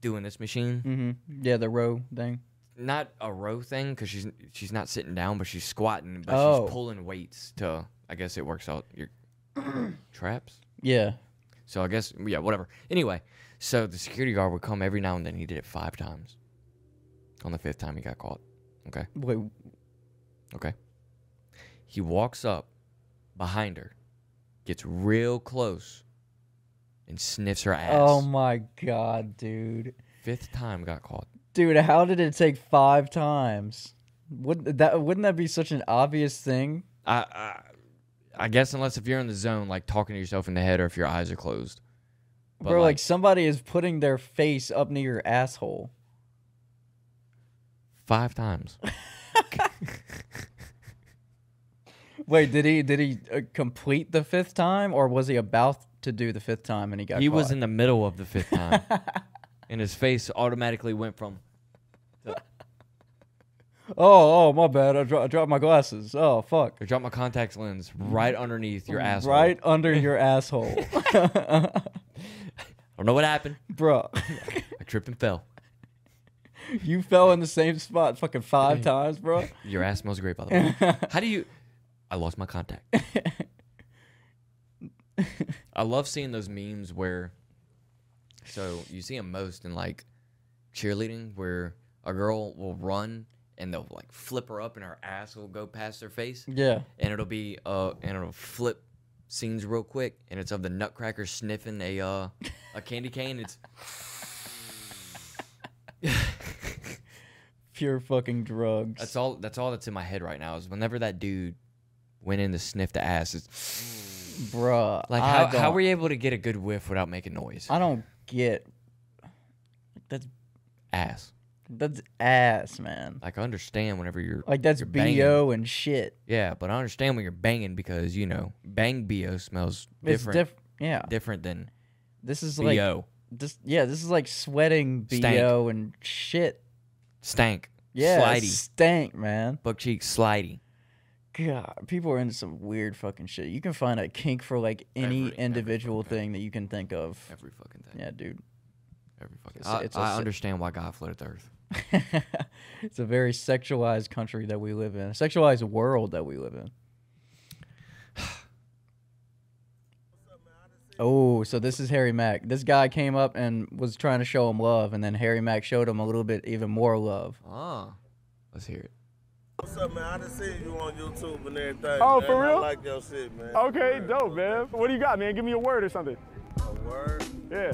doing this machine.
hmm Yeah, the row thing.
Not a row thing because she's she's not sitting down, but she's squatting, but
Oh.
she's pulling weights to. I guess it works out your traps.
Yeah.
So I guess yeah, whatever. Anyway, so the security guard would come every now and then. He did it five times. On the fifth time, he got caught. Okay,
Wait,
okay. He walks up behind her, gets real close, and sniffs her ass.
Oh my god, dude.
Fifth time got caught.
Dude, how did it take five times? Wouldn't that wouldn't that be such an obvious thing?
I, I I guess unless if you're in the zone, like talking to yourself in the head, or if your eyes are closed. But,
Bro, like, somebody is putting their face up near your asshole.
five times.
Wait, did he did he uh, complete the fifth time, or was he about to do the fifth time and he got?
he was
caught?
in the middle of the fifth time, and his face automatically went from
Oh, oh, my bad. I, dro- I dropped my glasses. Oh, fuck.
I dropped my contact lens right underneath your asshole.
Right under your asshole,
I don't know what happened.
bro.
I tripped and fell.
You fell in the same spot fucking five times, bro.
Your ass smells great, by the way. How do you? I lost my contact. I love seeing those memes where, so you see them most in like cheerleading, where a girl will run and they'll like flip her up and her ass will go past her face.
Yeah.
and it'll be uh, and it'll flip scenes real quick, and it's of the Nutcracker sniffing a uh, a candy cane. It's
Pure fucking drugs.
That's all. That's all that's in my head right now is whenever that dude went in to sniff the ass. It's
Bruh.
like
I
how, how
don't-
were you able to get a good whiff without making noise?
I don't get. That's
ass.
that's ass, man.
Like I understand whenever you're
Like that's
you're
bo
banging.
and shit.
Yeah, but I understand when you're banging because you know bang bo smells
It's
different.
diff- yeah.
different than
This is like
bo
this. Yeah, this is like sweating bo
Stank.
and shit.
stank.
Yeah,
slidey
stank, man.
buck cheek slidey.
God, people are into some weird fucking shit. You can find a kink for like any individual thing that you can think of.
Every fucking thing.
Yeah, dude.
Every fucking.
It's a-
I,
it's a
I
si-
understand why God flooded the earth.
It's a very sexualized country that we live in, a sexualized world that we live in. Oh, so this is Harry Mack. This guy came up and was trying to show him love, and then Harry Mack showed him a little bit even more love.
Ah, let's hear it.
What's up, man? I done seen you on YouTube and everything.
Oh,
man.
for
I
real?
like your shit, man.
Okay, dope, man. What do you got, man? Give me a word or something.
A word,
Yeah.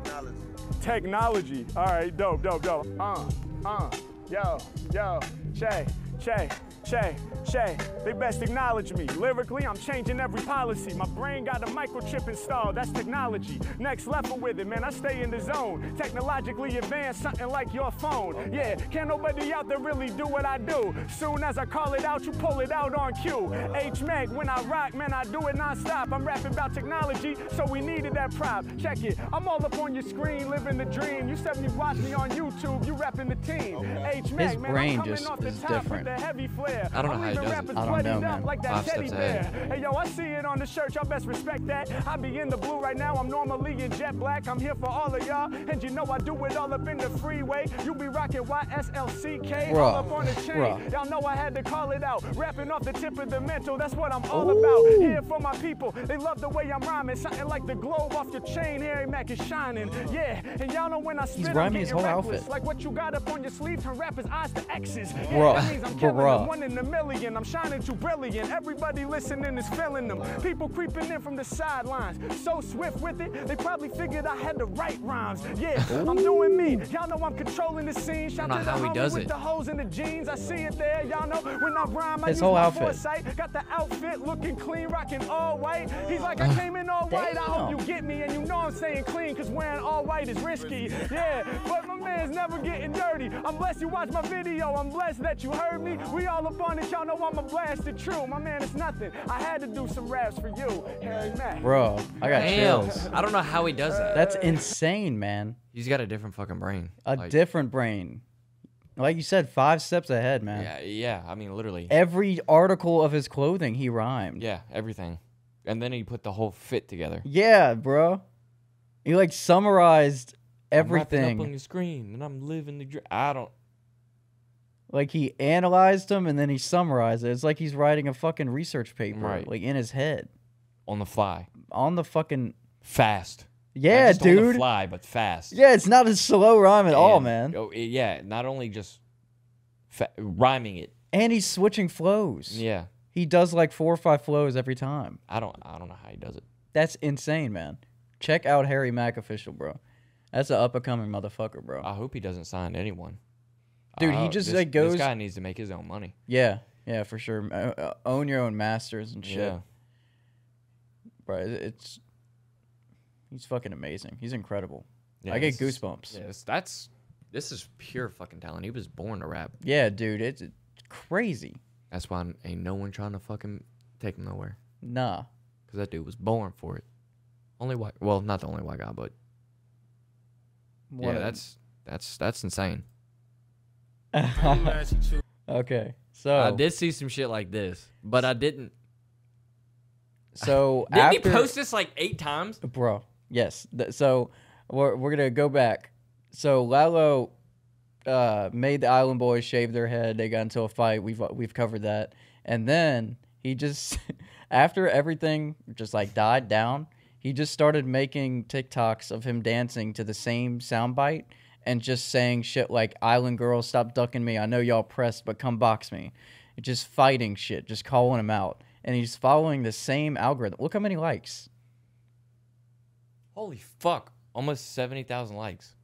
technology.
Technology. All right, dope, dope, dope. Uh, uh, yo, yo, Shay, Shay, Shay, Shay. They best acknowledge me. Lyrically, I'm changing every policy. My brain got a microchip installed. That's technology. Next level with it, man. I stay in the zone. Technologically advanced, something like your phone. Yeah, can't nobody out there really do what I do. Soon as I call it out, you pull it out on cue. H Mac, when I rock, man, I do it non-stop. I'm rapping about technology, so we needed that prop. Check it, I'm all up on your screen, living the dream. You said you watch me on YouTube, you rapping the team. H Mac,
His
man,
brain
I'm coming
just
off the
is
top
different.
with the heavy flair.
I don't know how he
I'm leaving
does it.
rappers
I don't
bloodied
know,
up
man.
Like that
Five
teddy
steps ahead.
bear. Hey yo, I see it on the shirt. Y'all best respect that. I be in the blue right now. I'm normally in jet black. I'm here for all of y'all, and you know I do it all up in the freeway. You be rocking YSLCK all
Bruh.
up on the chain.
Bruh.
Y'all know I had to call it out. Rapping off the tip of the mental. That's what I'm all about. Here for my people. They love the way I'm rhyming. Something like the globe off your chain. Harry Mack is shining. Yeah, and y'all know when I spit, I'm
rhyming his
getting
whole
reckless.
outfit.
Like what you got up on your sleeve, turn rappers' eyes to X's. Yeah,
Bruh.
that means I'm killing them.
Bruh.
One in a million. I'm shining too brilliant. Everybody listening is feeling them. People creeping in from the sidelines. So swift with it, they probably figured I had the right rhymes. Yeah, I'm doing me. Y'all know I'm controlling the scene. Shout
know
to the
how he
homie
does
with
it.
the hoes and the jeans. I see it there. Y'all know when I rhyme, I
His
use
whole
my
outfit.
foresight. Got the outfit looking clean, rocking all white. He's like,
Uh,
I came in all white. I hope you get me. And you know I'm saying clean, cause wearing all white is risky. Yeah, but my man's never getting dirty. I'm blessed you watch my video. I'm blessed that you heard me. We all up on it. Y'all know I'm a blasted true. My man, it's nothing. I had to do some raps for you, Harry Mack.
Bro, I got
Damn.
chills.
I don't know how he does that.
That's insane, man.
He's got a different fucking brain.
A
Like,
different brain. Like you said, five steps ahead, man.
Yeah, yeah. I mean, literally.
Every article of his clothing, he rhymed.
Yeah, everything. And then he put the whole fit together.
Yeah, bro. He like summarized
I'm wrapping Up on
everything.
the screen, and I'm living the dream. I don't.
Like he analyzed them and then he summarized it. It's like he's writing a fucking research paper,
Right.
like in his head,
on the fly,
on the fucking
fast.
Yeah,
Not just On the
dude.
fly, but fast.
Yeah, it's not a slow rhyme at all,
And-
man.
Oh, i- yeah. Not only just fa- rhyming it.
And he's switching flows.
Yeah.
He does like four or five flows every time.
I don't. I don't know how he does it.
That's insane, man. Check out
Ah.
Harry Mack official, bro. That's an up and coming motherfucker, bro.
I hope he doesn't sign anyone.
Dude,
Wow,
he just
this-
like goes.
This guy needs to make his own money.
Yeah, yeah, for sure. Uh, uh, Own your own masters and shit.
Yeah.
Bro, it- it's he's fucking amazing. He's incredible.
Yeah,
I get
this is-
goosebumps.
yeah, this- that's this is pure fucking talent. He was born to rap.
Yeah, dude, it's it's crazy.
That's why ain't no one trying to fucking take him nowhere.
Nah.
Because that dude was born for it. Only white. Well, not the only white guy, but
One
yeah,
of-
that's that's that's insane.
okay, so
I did see some shit like this, but I didn't.
so
Didn't
after,
he post this like eight times?
Bro, yes. Th- so we're we're gonna go back. So Lalo uh, made the Island Boys shave their head. They got into a fight. We've we've covered that. And then he just after everything just like died down, he just started making TikToks of him dancing to the same soundbite and just saying shit like "Island girls, stop ducking me. I know y'all pressed, but come box me." Just fighting shit, just calling him out. And he's following the same algorithm. Look how many likes.
Holy fuck! Almost seventy thousand likes.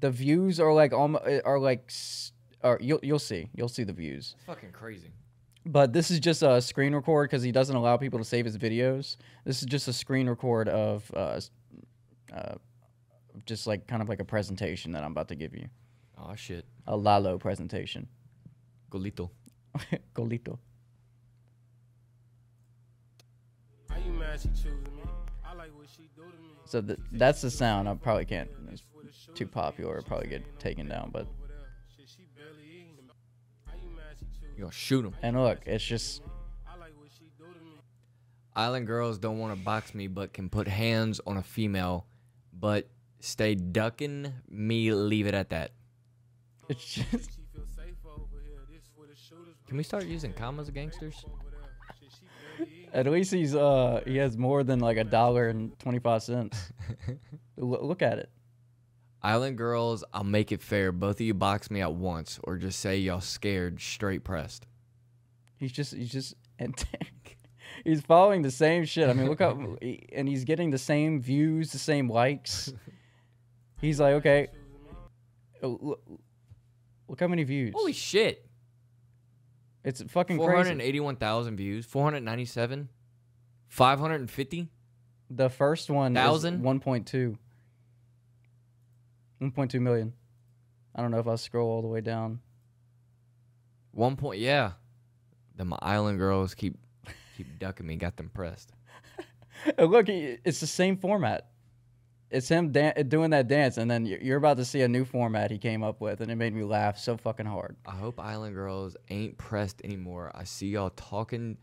the views are like almost are like s- are you'll you'll see you'll see the views.
Fucking crazy.
But this is just a screen record because he doesn't allow people to save his videos. This is just a screen record of uh, s- uh, just like kind of like a presentation that I'm about to give you,
Oh shit.
a Lalo presentation.
Golito.
Golito.
Why you mad she choosing me? I like what she do to me.
So th- that's the sound. I probably can't. It's too popular. It'll probably get taken down. But
Shit, she barely eating. Why you mad she choosing
You gonna shoot him?
and look, it's just
I like what she do to me.
Island girls don't want to box me, but can put hands on a female, but stay ducking me. Leave it at that.
It's just.
Can we start using commas, gangsters?
at least he's uh he has more than like a dollar and twenty five cents. Lo- look at it.
Island girls, I'll make it fair. Both of you box me at once, or just say y'all scared, straight pressed.
He's just he's just and he's following the same shit. I mean, look up and he's getting the same views, the same likes. He's like, okay, oh, look, look how many views.
Holy shit!
It's fucking
Four hundred
crazy.
eighty-one thousand views. Four hundred ninety-seven. Five hundred and fifty.
The first one
Thousand?
one point two. One point two million. I don't know if I scroll all the way down.
One point. Yeah. Them island girls keep keep ducking me. Got them pressed.
And Oh, look, he- it's the same format. It's him dan- doing that dance, and then you're you're about to see a new format he came up with, and it made me laugh so fucking hard.
I hope Island Girls ain't pressed anymore. I see y'all talking.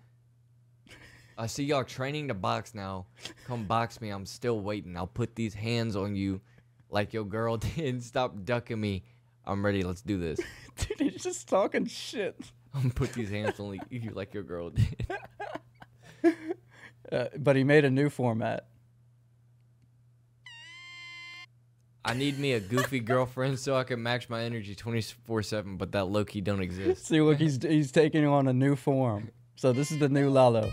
I see y'all training to box now. Come box me. I'm still waiting. I'll put these hands on you like your girl did. Stop ducking me. I'm ready. Let's do this.
Dude, he's just talking shit.
I'm gonna put these hands on you like your girl did.
Uh, but he made a new format.
I need me a goofy girlfriend so I can max my energy 24 7, but that low key don't exist.
See, look, he's he's taking on a new form. So this is the new Lalo.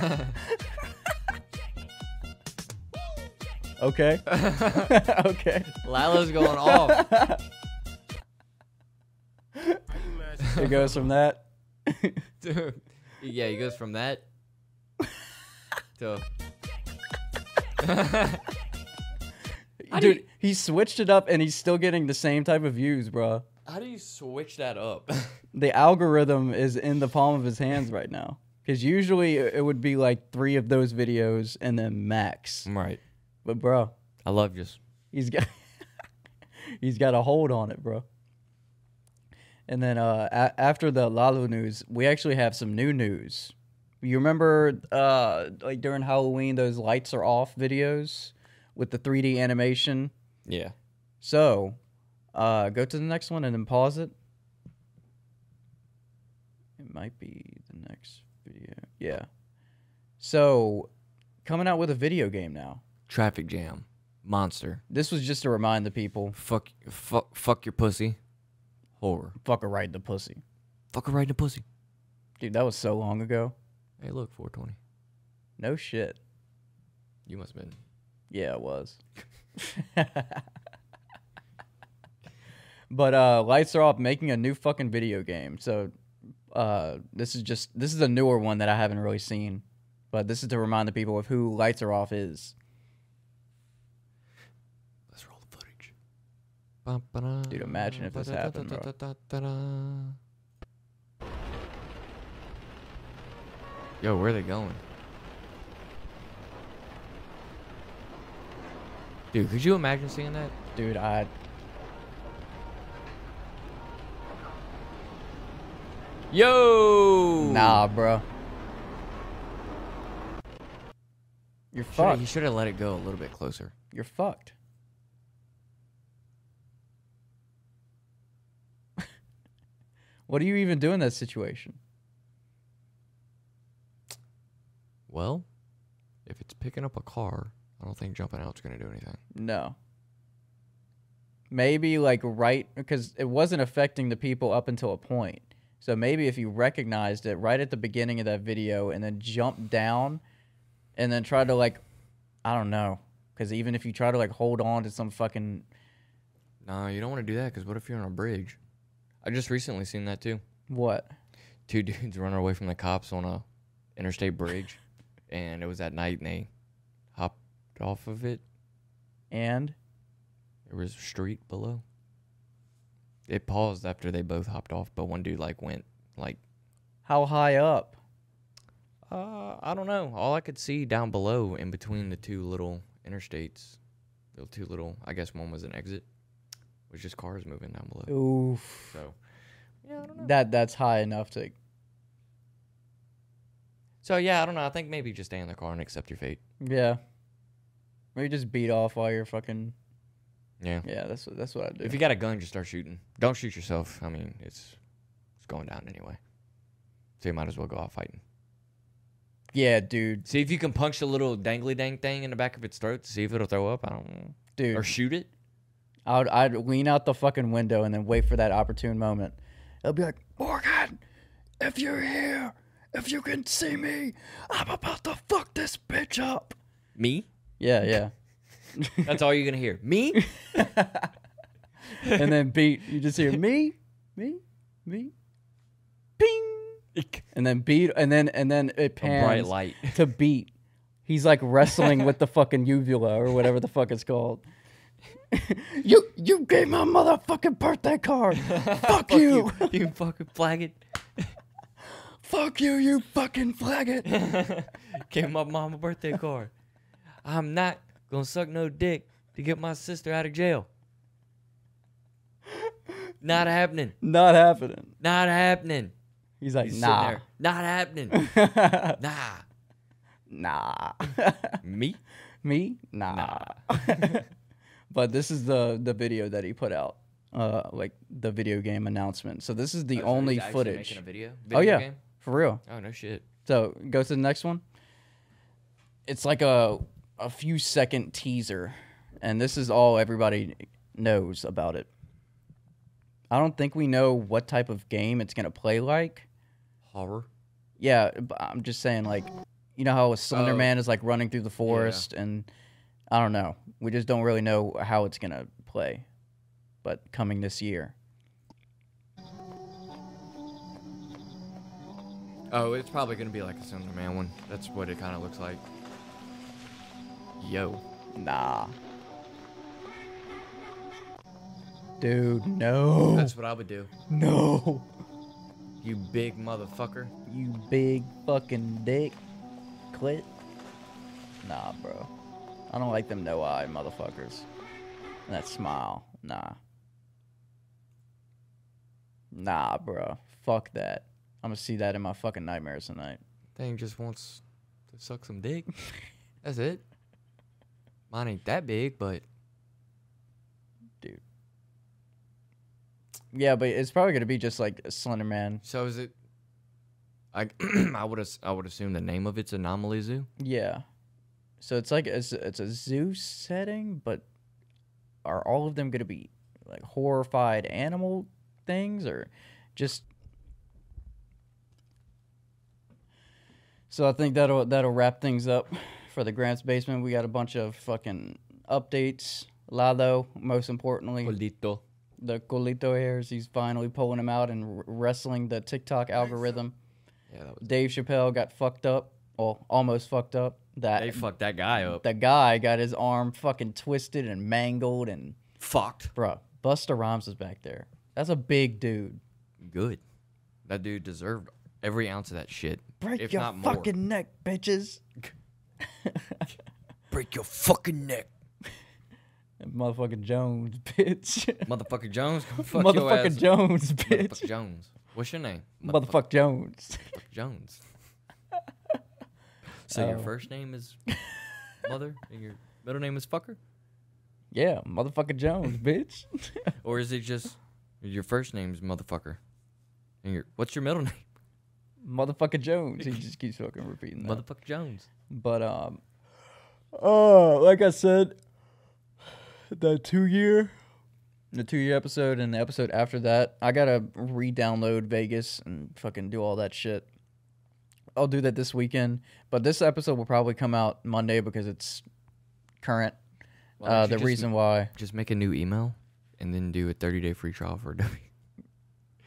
okay. okay.
Lalo's going off.
It goes from that.
Dude. Yeah, he goes from that to.
Dude, he switched it up and he's still getting the same type of views, bro.
How do you switch that up?
The algorithm is in the palm of his hands right now. Because usually it it would be like three of those videos and then max.
Right.
But bro,
I love just.
he's got he's got a hold on it, bro. And then uh, a- after the Lalo news, we actually have some new news. You remember uh, like during Halloween, those lights are off videos with the 3D animation.
Yeah.
So uh, go to the next one and then pause it. It might be the next video. Yeah. So coming out with a video game now.
Traffic jam. Monster.
This was just to remind the people.
Fuck, fuck, fuck your pussy. Horror.
Fuck a right in the pussy.
Fuck her right in the pussy.
Dude, that was so long ago.
Hey, look, 420.
No shit.
You must have been.
Yeah, it was. But uh, lights are off, making a new fucking video game. So uh, this is just this is a newer one that I haven't really seen, but this is to remind the people of who lights are off is. Dude, imagine if this happened. Bro.
Yo, where are they going? Dude, could you imagine seeing that?
Dude, I.
Yo!
Nah, bro. You're
Shoulda-
fucked.
he should have let it go a little bit closer.
You're fucked. what do you even do in that situation?
Well, if it's picking up a car, I don't think jumping out's going to do anything.
No. Maybe like right because it wasn't affecting the people up until a point. So maybe if you recognized it right at the beginning of that video and then jumped down and then tried to like I don't know because even if you try to like hold on to some fucking
No, you don't want to do that because what if you're on a bridge? I just recently seen that too.
What?
Two dudes running away from the cops on a interstate bridge, and it was at night, and they hopped off of it.
And
There was a street below. It paused after they both hopped off, but one dude like went like
how high up?
Uh, I don't know. All I could see down below, in between the two little interstates, the two little, I guess one was an exit, was just cars moving down below.
Oof.
So,
That that's high enough to
so yeah, I don't know. I think maybe just stay in the car and accept your fate.
yeah. Maybe just beat off while you're fucking
Yeah.
yeah. That's what that's what I do.
If you got a gun, just start shooting. Don't shoot yourself. I mean, it's it's going down anyway. So you might as well go out fighting.
Yeah, dude.
See if you can punch the little dangly dang thing in the back of its throat to see if it'll throw up. I don't know.
Dude.
Or shoot it.
I'd, I'd lean out the fucking window and then wait for that opportune moment. I'll be like, Morgan, if you're here, if you can see me, I'm about to fuck this bitch up.
Me?
Yeah, yeah.
That's all you're gonna hear. Me?
and then beat, you just hear me, me, me, ping, and then beat, and then and then
bright
it pans
light.
to beat. He's like wrestling with the fucking uvula or whatever the fuck it's called. you you gave my motherfucking birthday card. fuck you.
you. You fucking flag it.
Fuck you, you fucking faggot.
Gave my mom a birthday card. I'm not gonna suck no dick to get my sister out of jail. Not happening.
Not happening.
Not happening.
He's like,
He's sitting
nah.
there, Not happening. nah.
Nah.
Me?
Me? Nah. but this is the the video that he put out. Uh like the video game announcement. So this is the
Oh, so he's
only
actually
footage.
making a video-
oh
video
yeah.
game?
For real.
Oh no shit.
So go to the next one. It's like a a few second teaser. And this is all everybody knows about it. I don't think we know what type of game it's gonna play like.
Horror.
Yeah, but I'm just saying, like, you know how a Slender
Oh.
Man is like running through the forest, and I don't know. We just don't really know how it's gonna play, but coming this year.
Oh, it's probably gonna be like a Slender Man one. That's what it kind of looks like. Yo.
Nah. Dude, no.
That's what I would do.
No.
You big motherfucker.
You big fucking dick. Clit. Nah, bro. I don't like them no eye motherfuckers. And that smile. Nah. Nah, bro. Fuck that. I'm gonna see that in my fucking nightmares tonight.
Thing just wants to suck some dick. That's it. Mine ain't that big, but
Dude. Yeah, but it's probably gonna be just like Slender Man.
So is it? I I would as- I would assume the name of it's Anomaly Zoo.
Yeah. So it's like it's it's a zoo setting, but are all of them going to be like horrified animal things or just So I think that'll that'll wrap things up for the Grants basement. We got a bunch of fucking updates. Lalo, most importantly.
Polito.
the Colito hairs. He's finally pulling them out and r- wrestling the TikTok algorithm.
Yeah, that
Dave Chappelle got fucked up, well, almost fucked up. That
They fucked that guy up.
The guy got his arm fucking twisted and mangled and
fucked.
Bro, Busta Rhymes is back there. That's a big dude.
Good. That dude deserved every ounce of that shit.
Break
if
your
not more.
fucking neck, bitches.
Break your fucking neck.
Motherfucking Jones, bitch.
Motherfucker Jones. gonna Fuck your
Motherfucker
ass up.
Jones, bitch.
Motherfucker Jones. What's your name?
Motherfuck Jones.
Motherfucker Jones. So your
Oh.
first name is mother and your middle name is fucker?
Yeah, motherfucker Jones, bitch.
Or is it just your first name's motherfucker? And your what's your middle name?
motherfucker Jones. He just keeps fucking repeating that.
Motherfucker Jones.
But um, oh, like I said, the two year, the two year episode and the episode after that, I gotta re-download Vegas and fucking do all that shit. I'll do that this weekend, but this episode will probably come out Monday because it's current.
Why don't
Uh,
you
the
just-
reason why,
Just make a new email and then do a 30 day free trial for Adobe.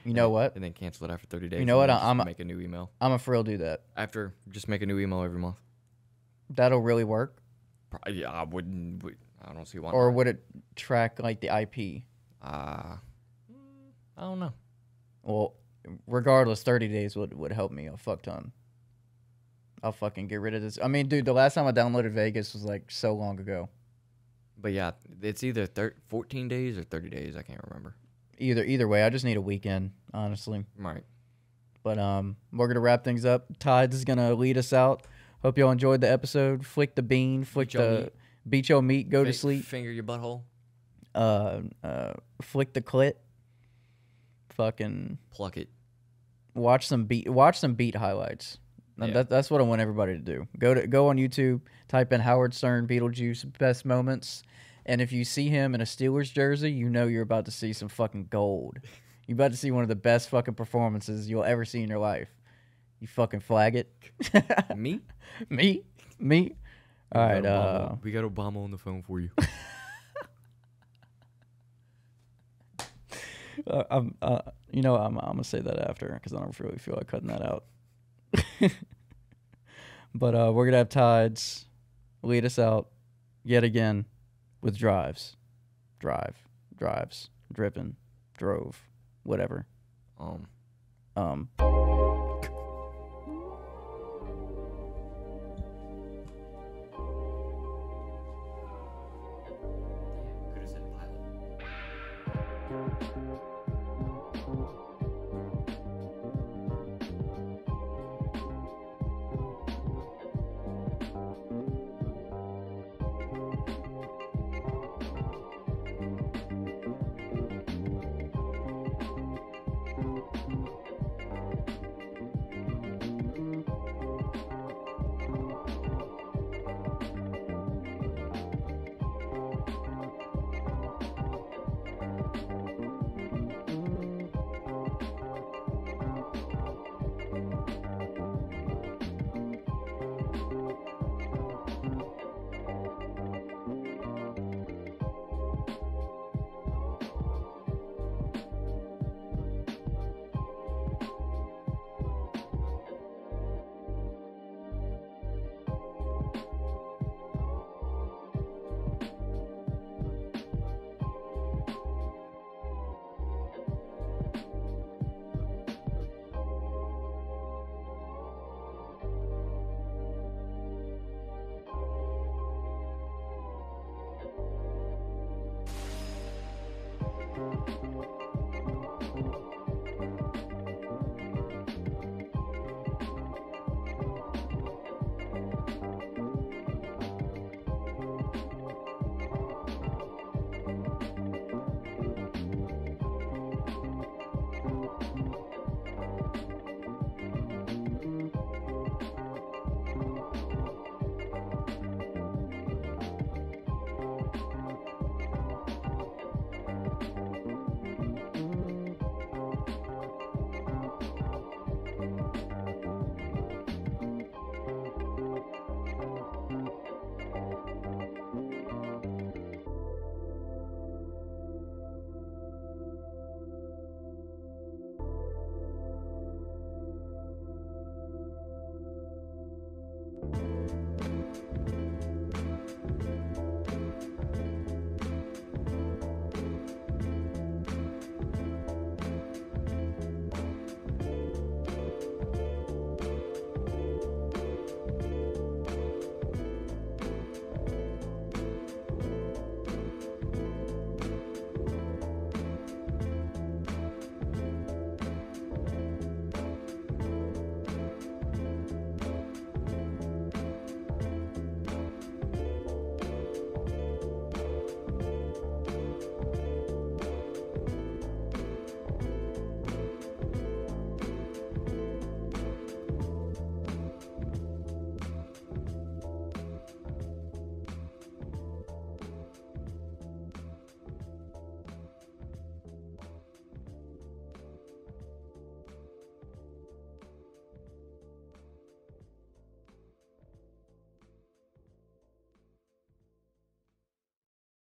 you know what,
And then cancel it after 30 days.
you know
and
what,
then
I-
just
I'm
make a new email.
I'm a for real do that.
After just make a new email every month.
That'll really work.
Pro- yeah, I wouldn't. would- I don't see why.
Or
not.
would it track like the IP?
Uh, I don't know.
Well, regardless, thirty days would would help me a fuck ton. I'll fucking get rid of this. I mean, dude, the last time I downloaded Vegas was like so long ago.
But yeah, it's either thir- 14 days or 30 days. I can't remember.
Either either way, I just need a weekend, honestly.
Right.
But um, we're gonna wrap things up. Tides is gonna lead us out. Hope y'all enjoyed the episode. Flick the bean, flick
Beat your
the
meat.
beat your meat, go to
Fi-
sleep.
Finger your butthole.
Uh, uh, flick the clit. Fucking
Pluck it.
watch some beat watch some beat highlights. And
Yeah.
That, that's what I want everybody to do. Go to go on YouTube, type in Howard Stern Beetlejuice best moments, and if you see him in a Steelers jersey, you know you're about to see some fucking gold. You're about to see one of the best fucking performances you'll ever see in your life. You fucking flag it.
Me?
Me? Me? All
We
right.
got
Uh,
Obama- we got Obama on the phone for you.
Uh, I'm, uh, you know, I'm, I'm gonna say that after because I don't really feel like cutting that out. but uh, we're gonna have tides lead us out yet again with drives, drive, drives, driven, drove, whatever.
Um,
um.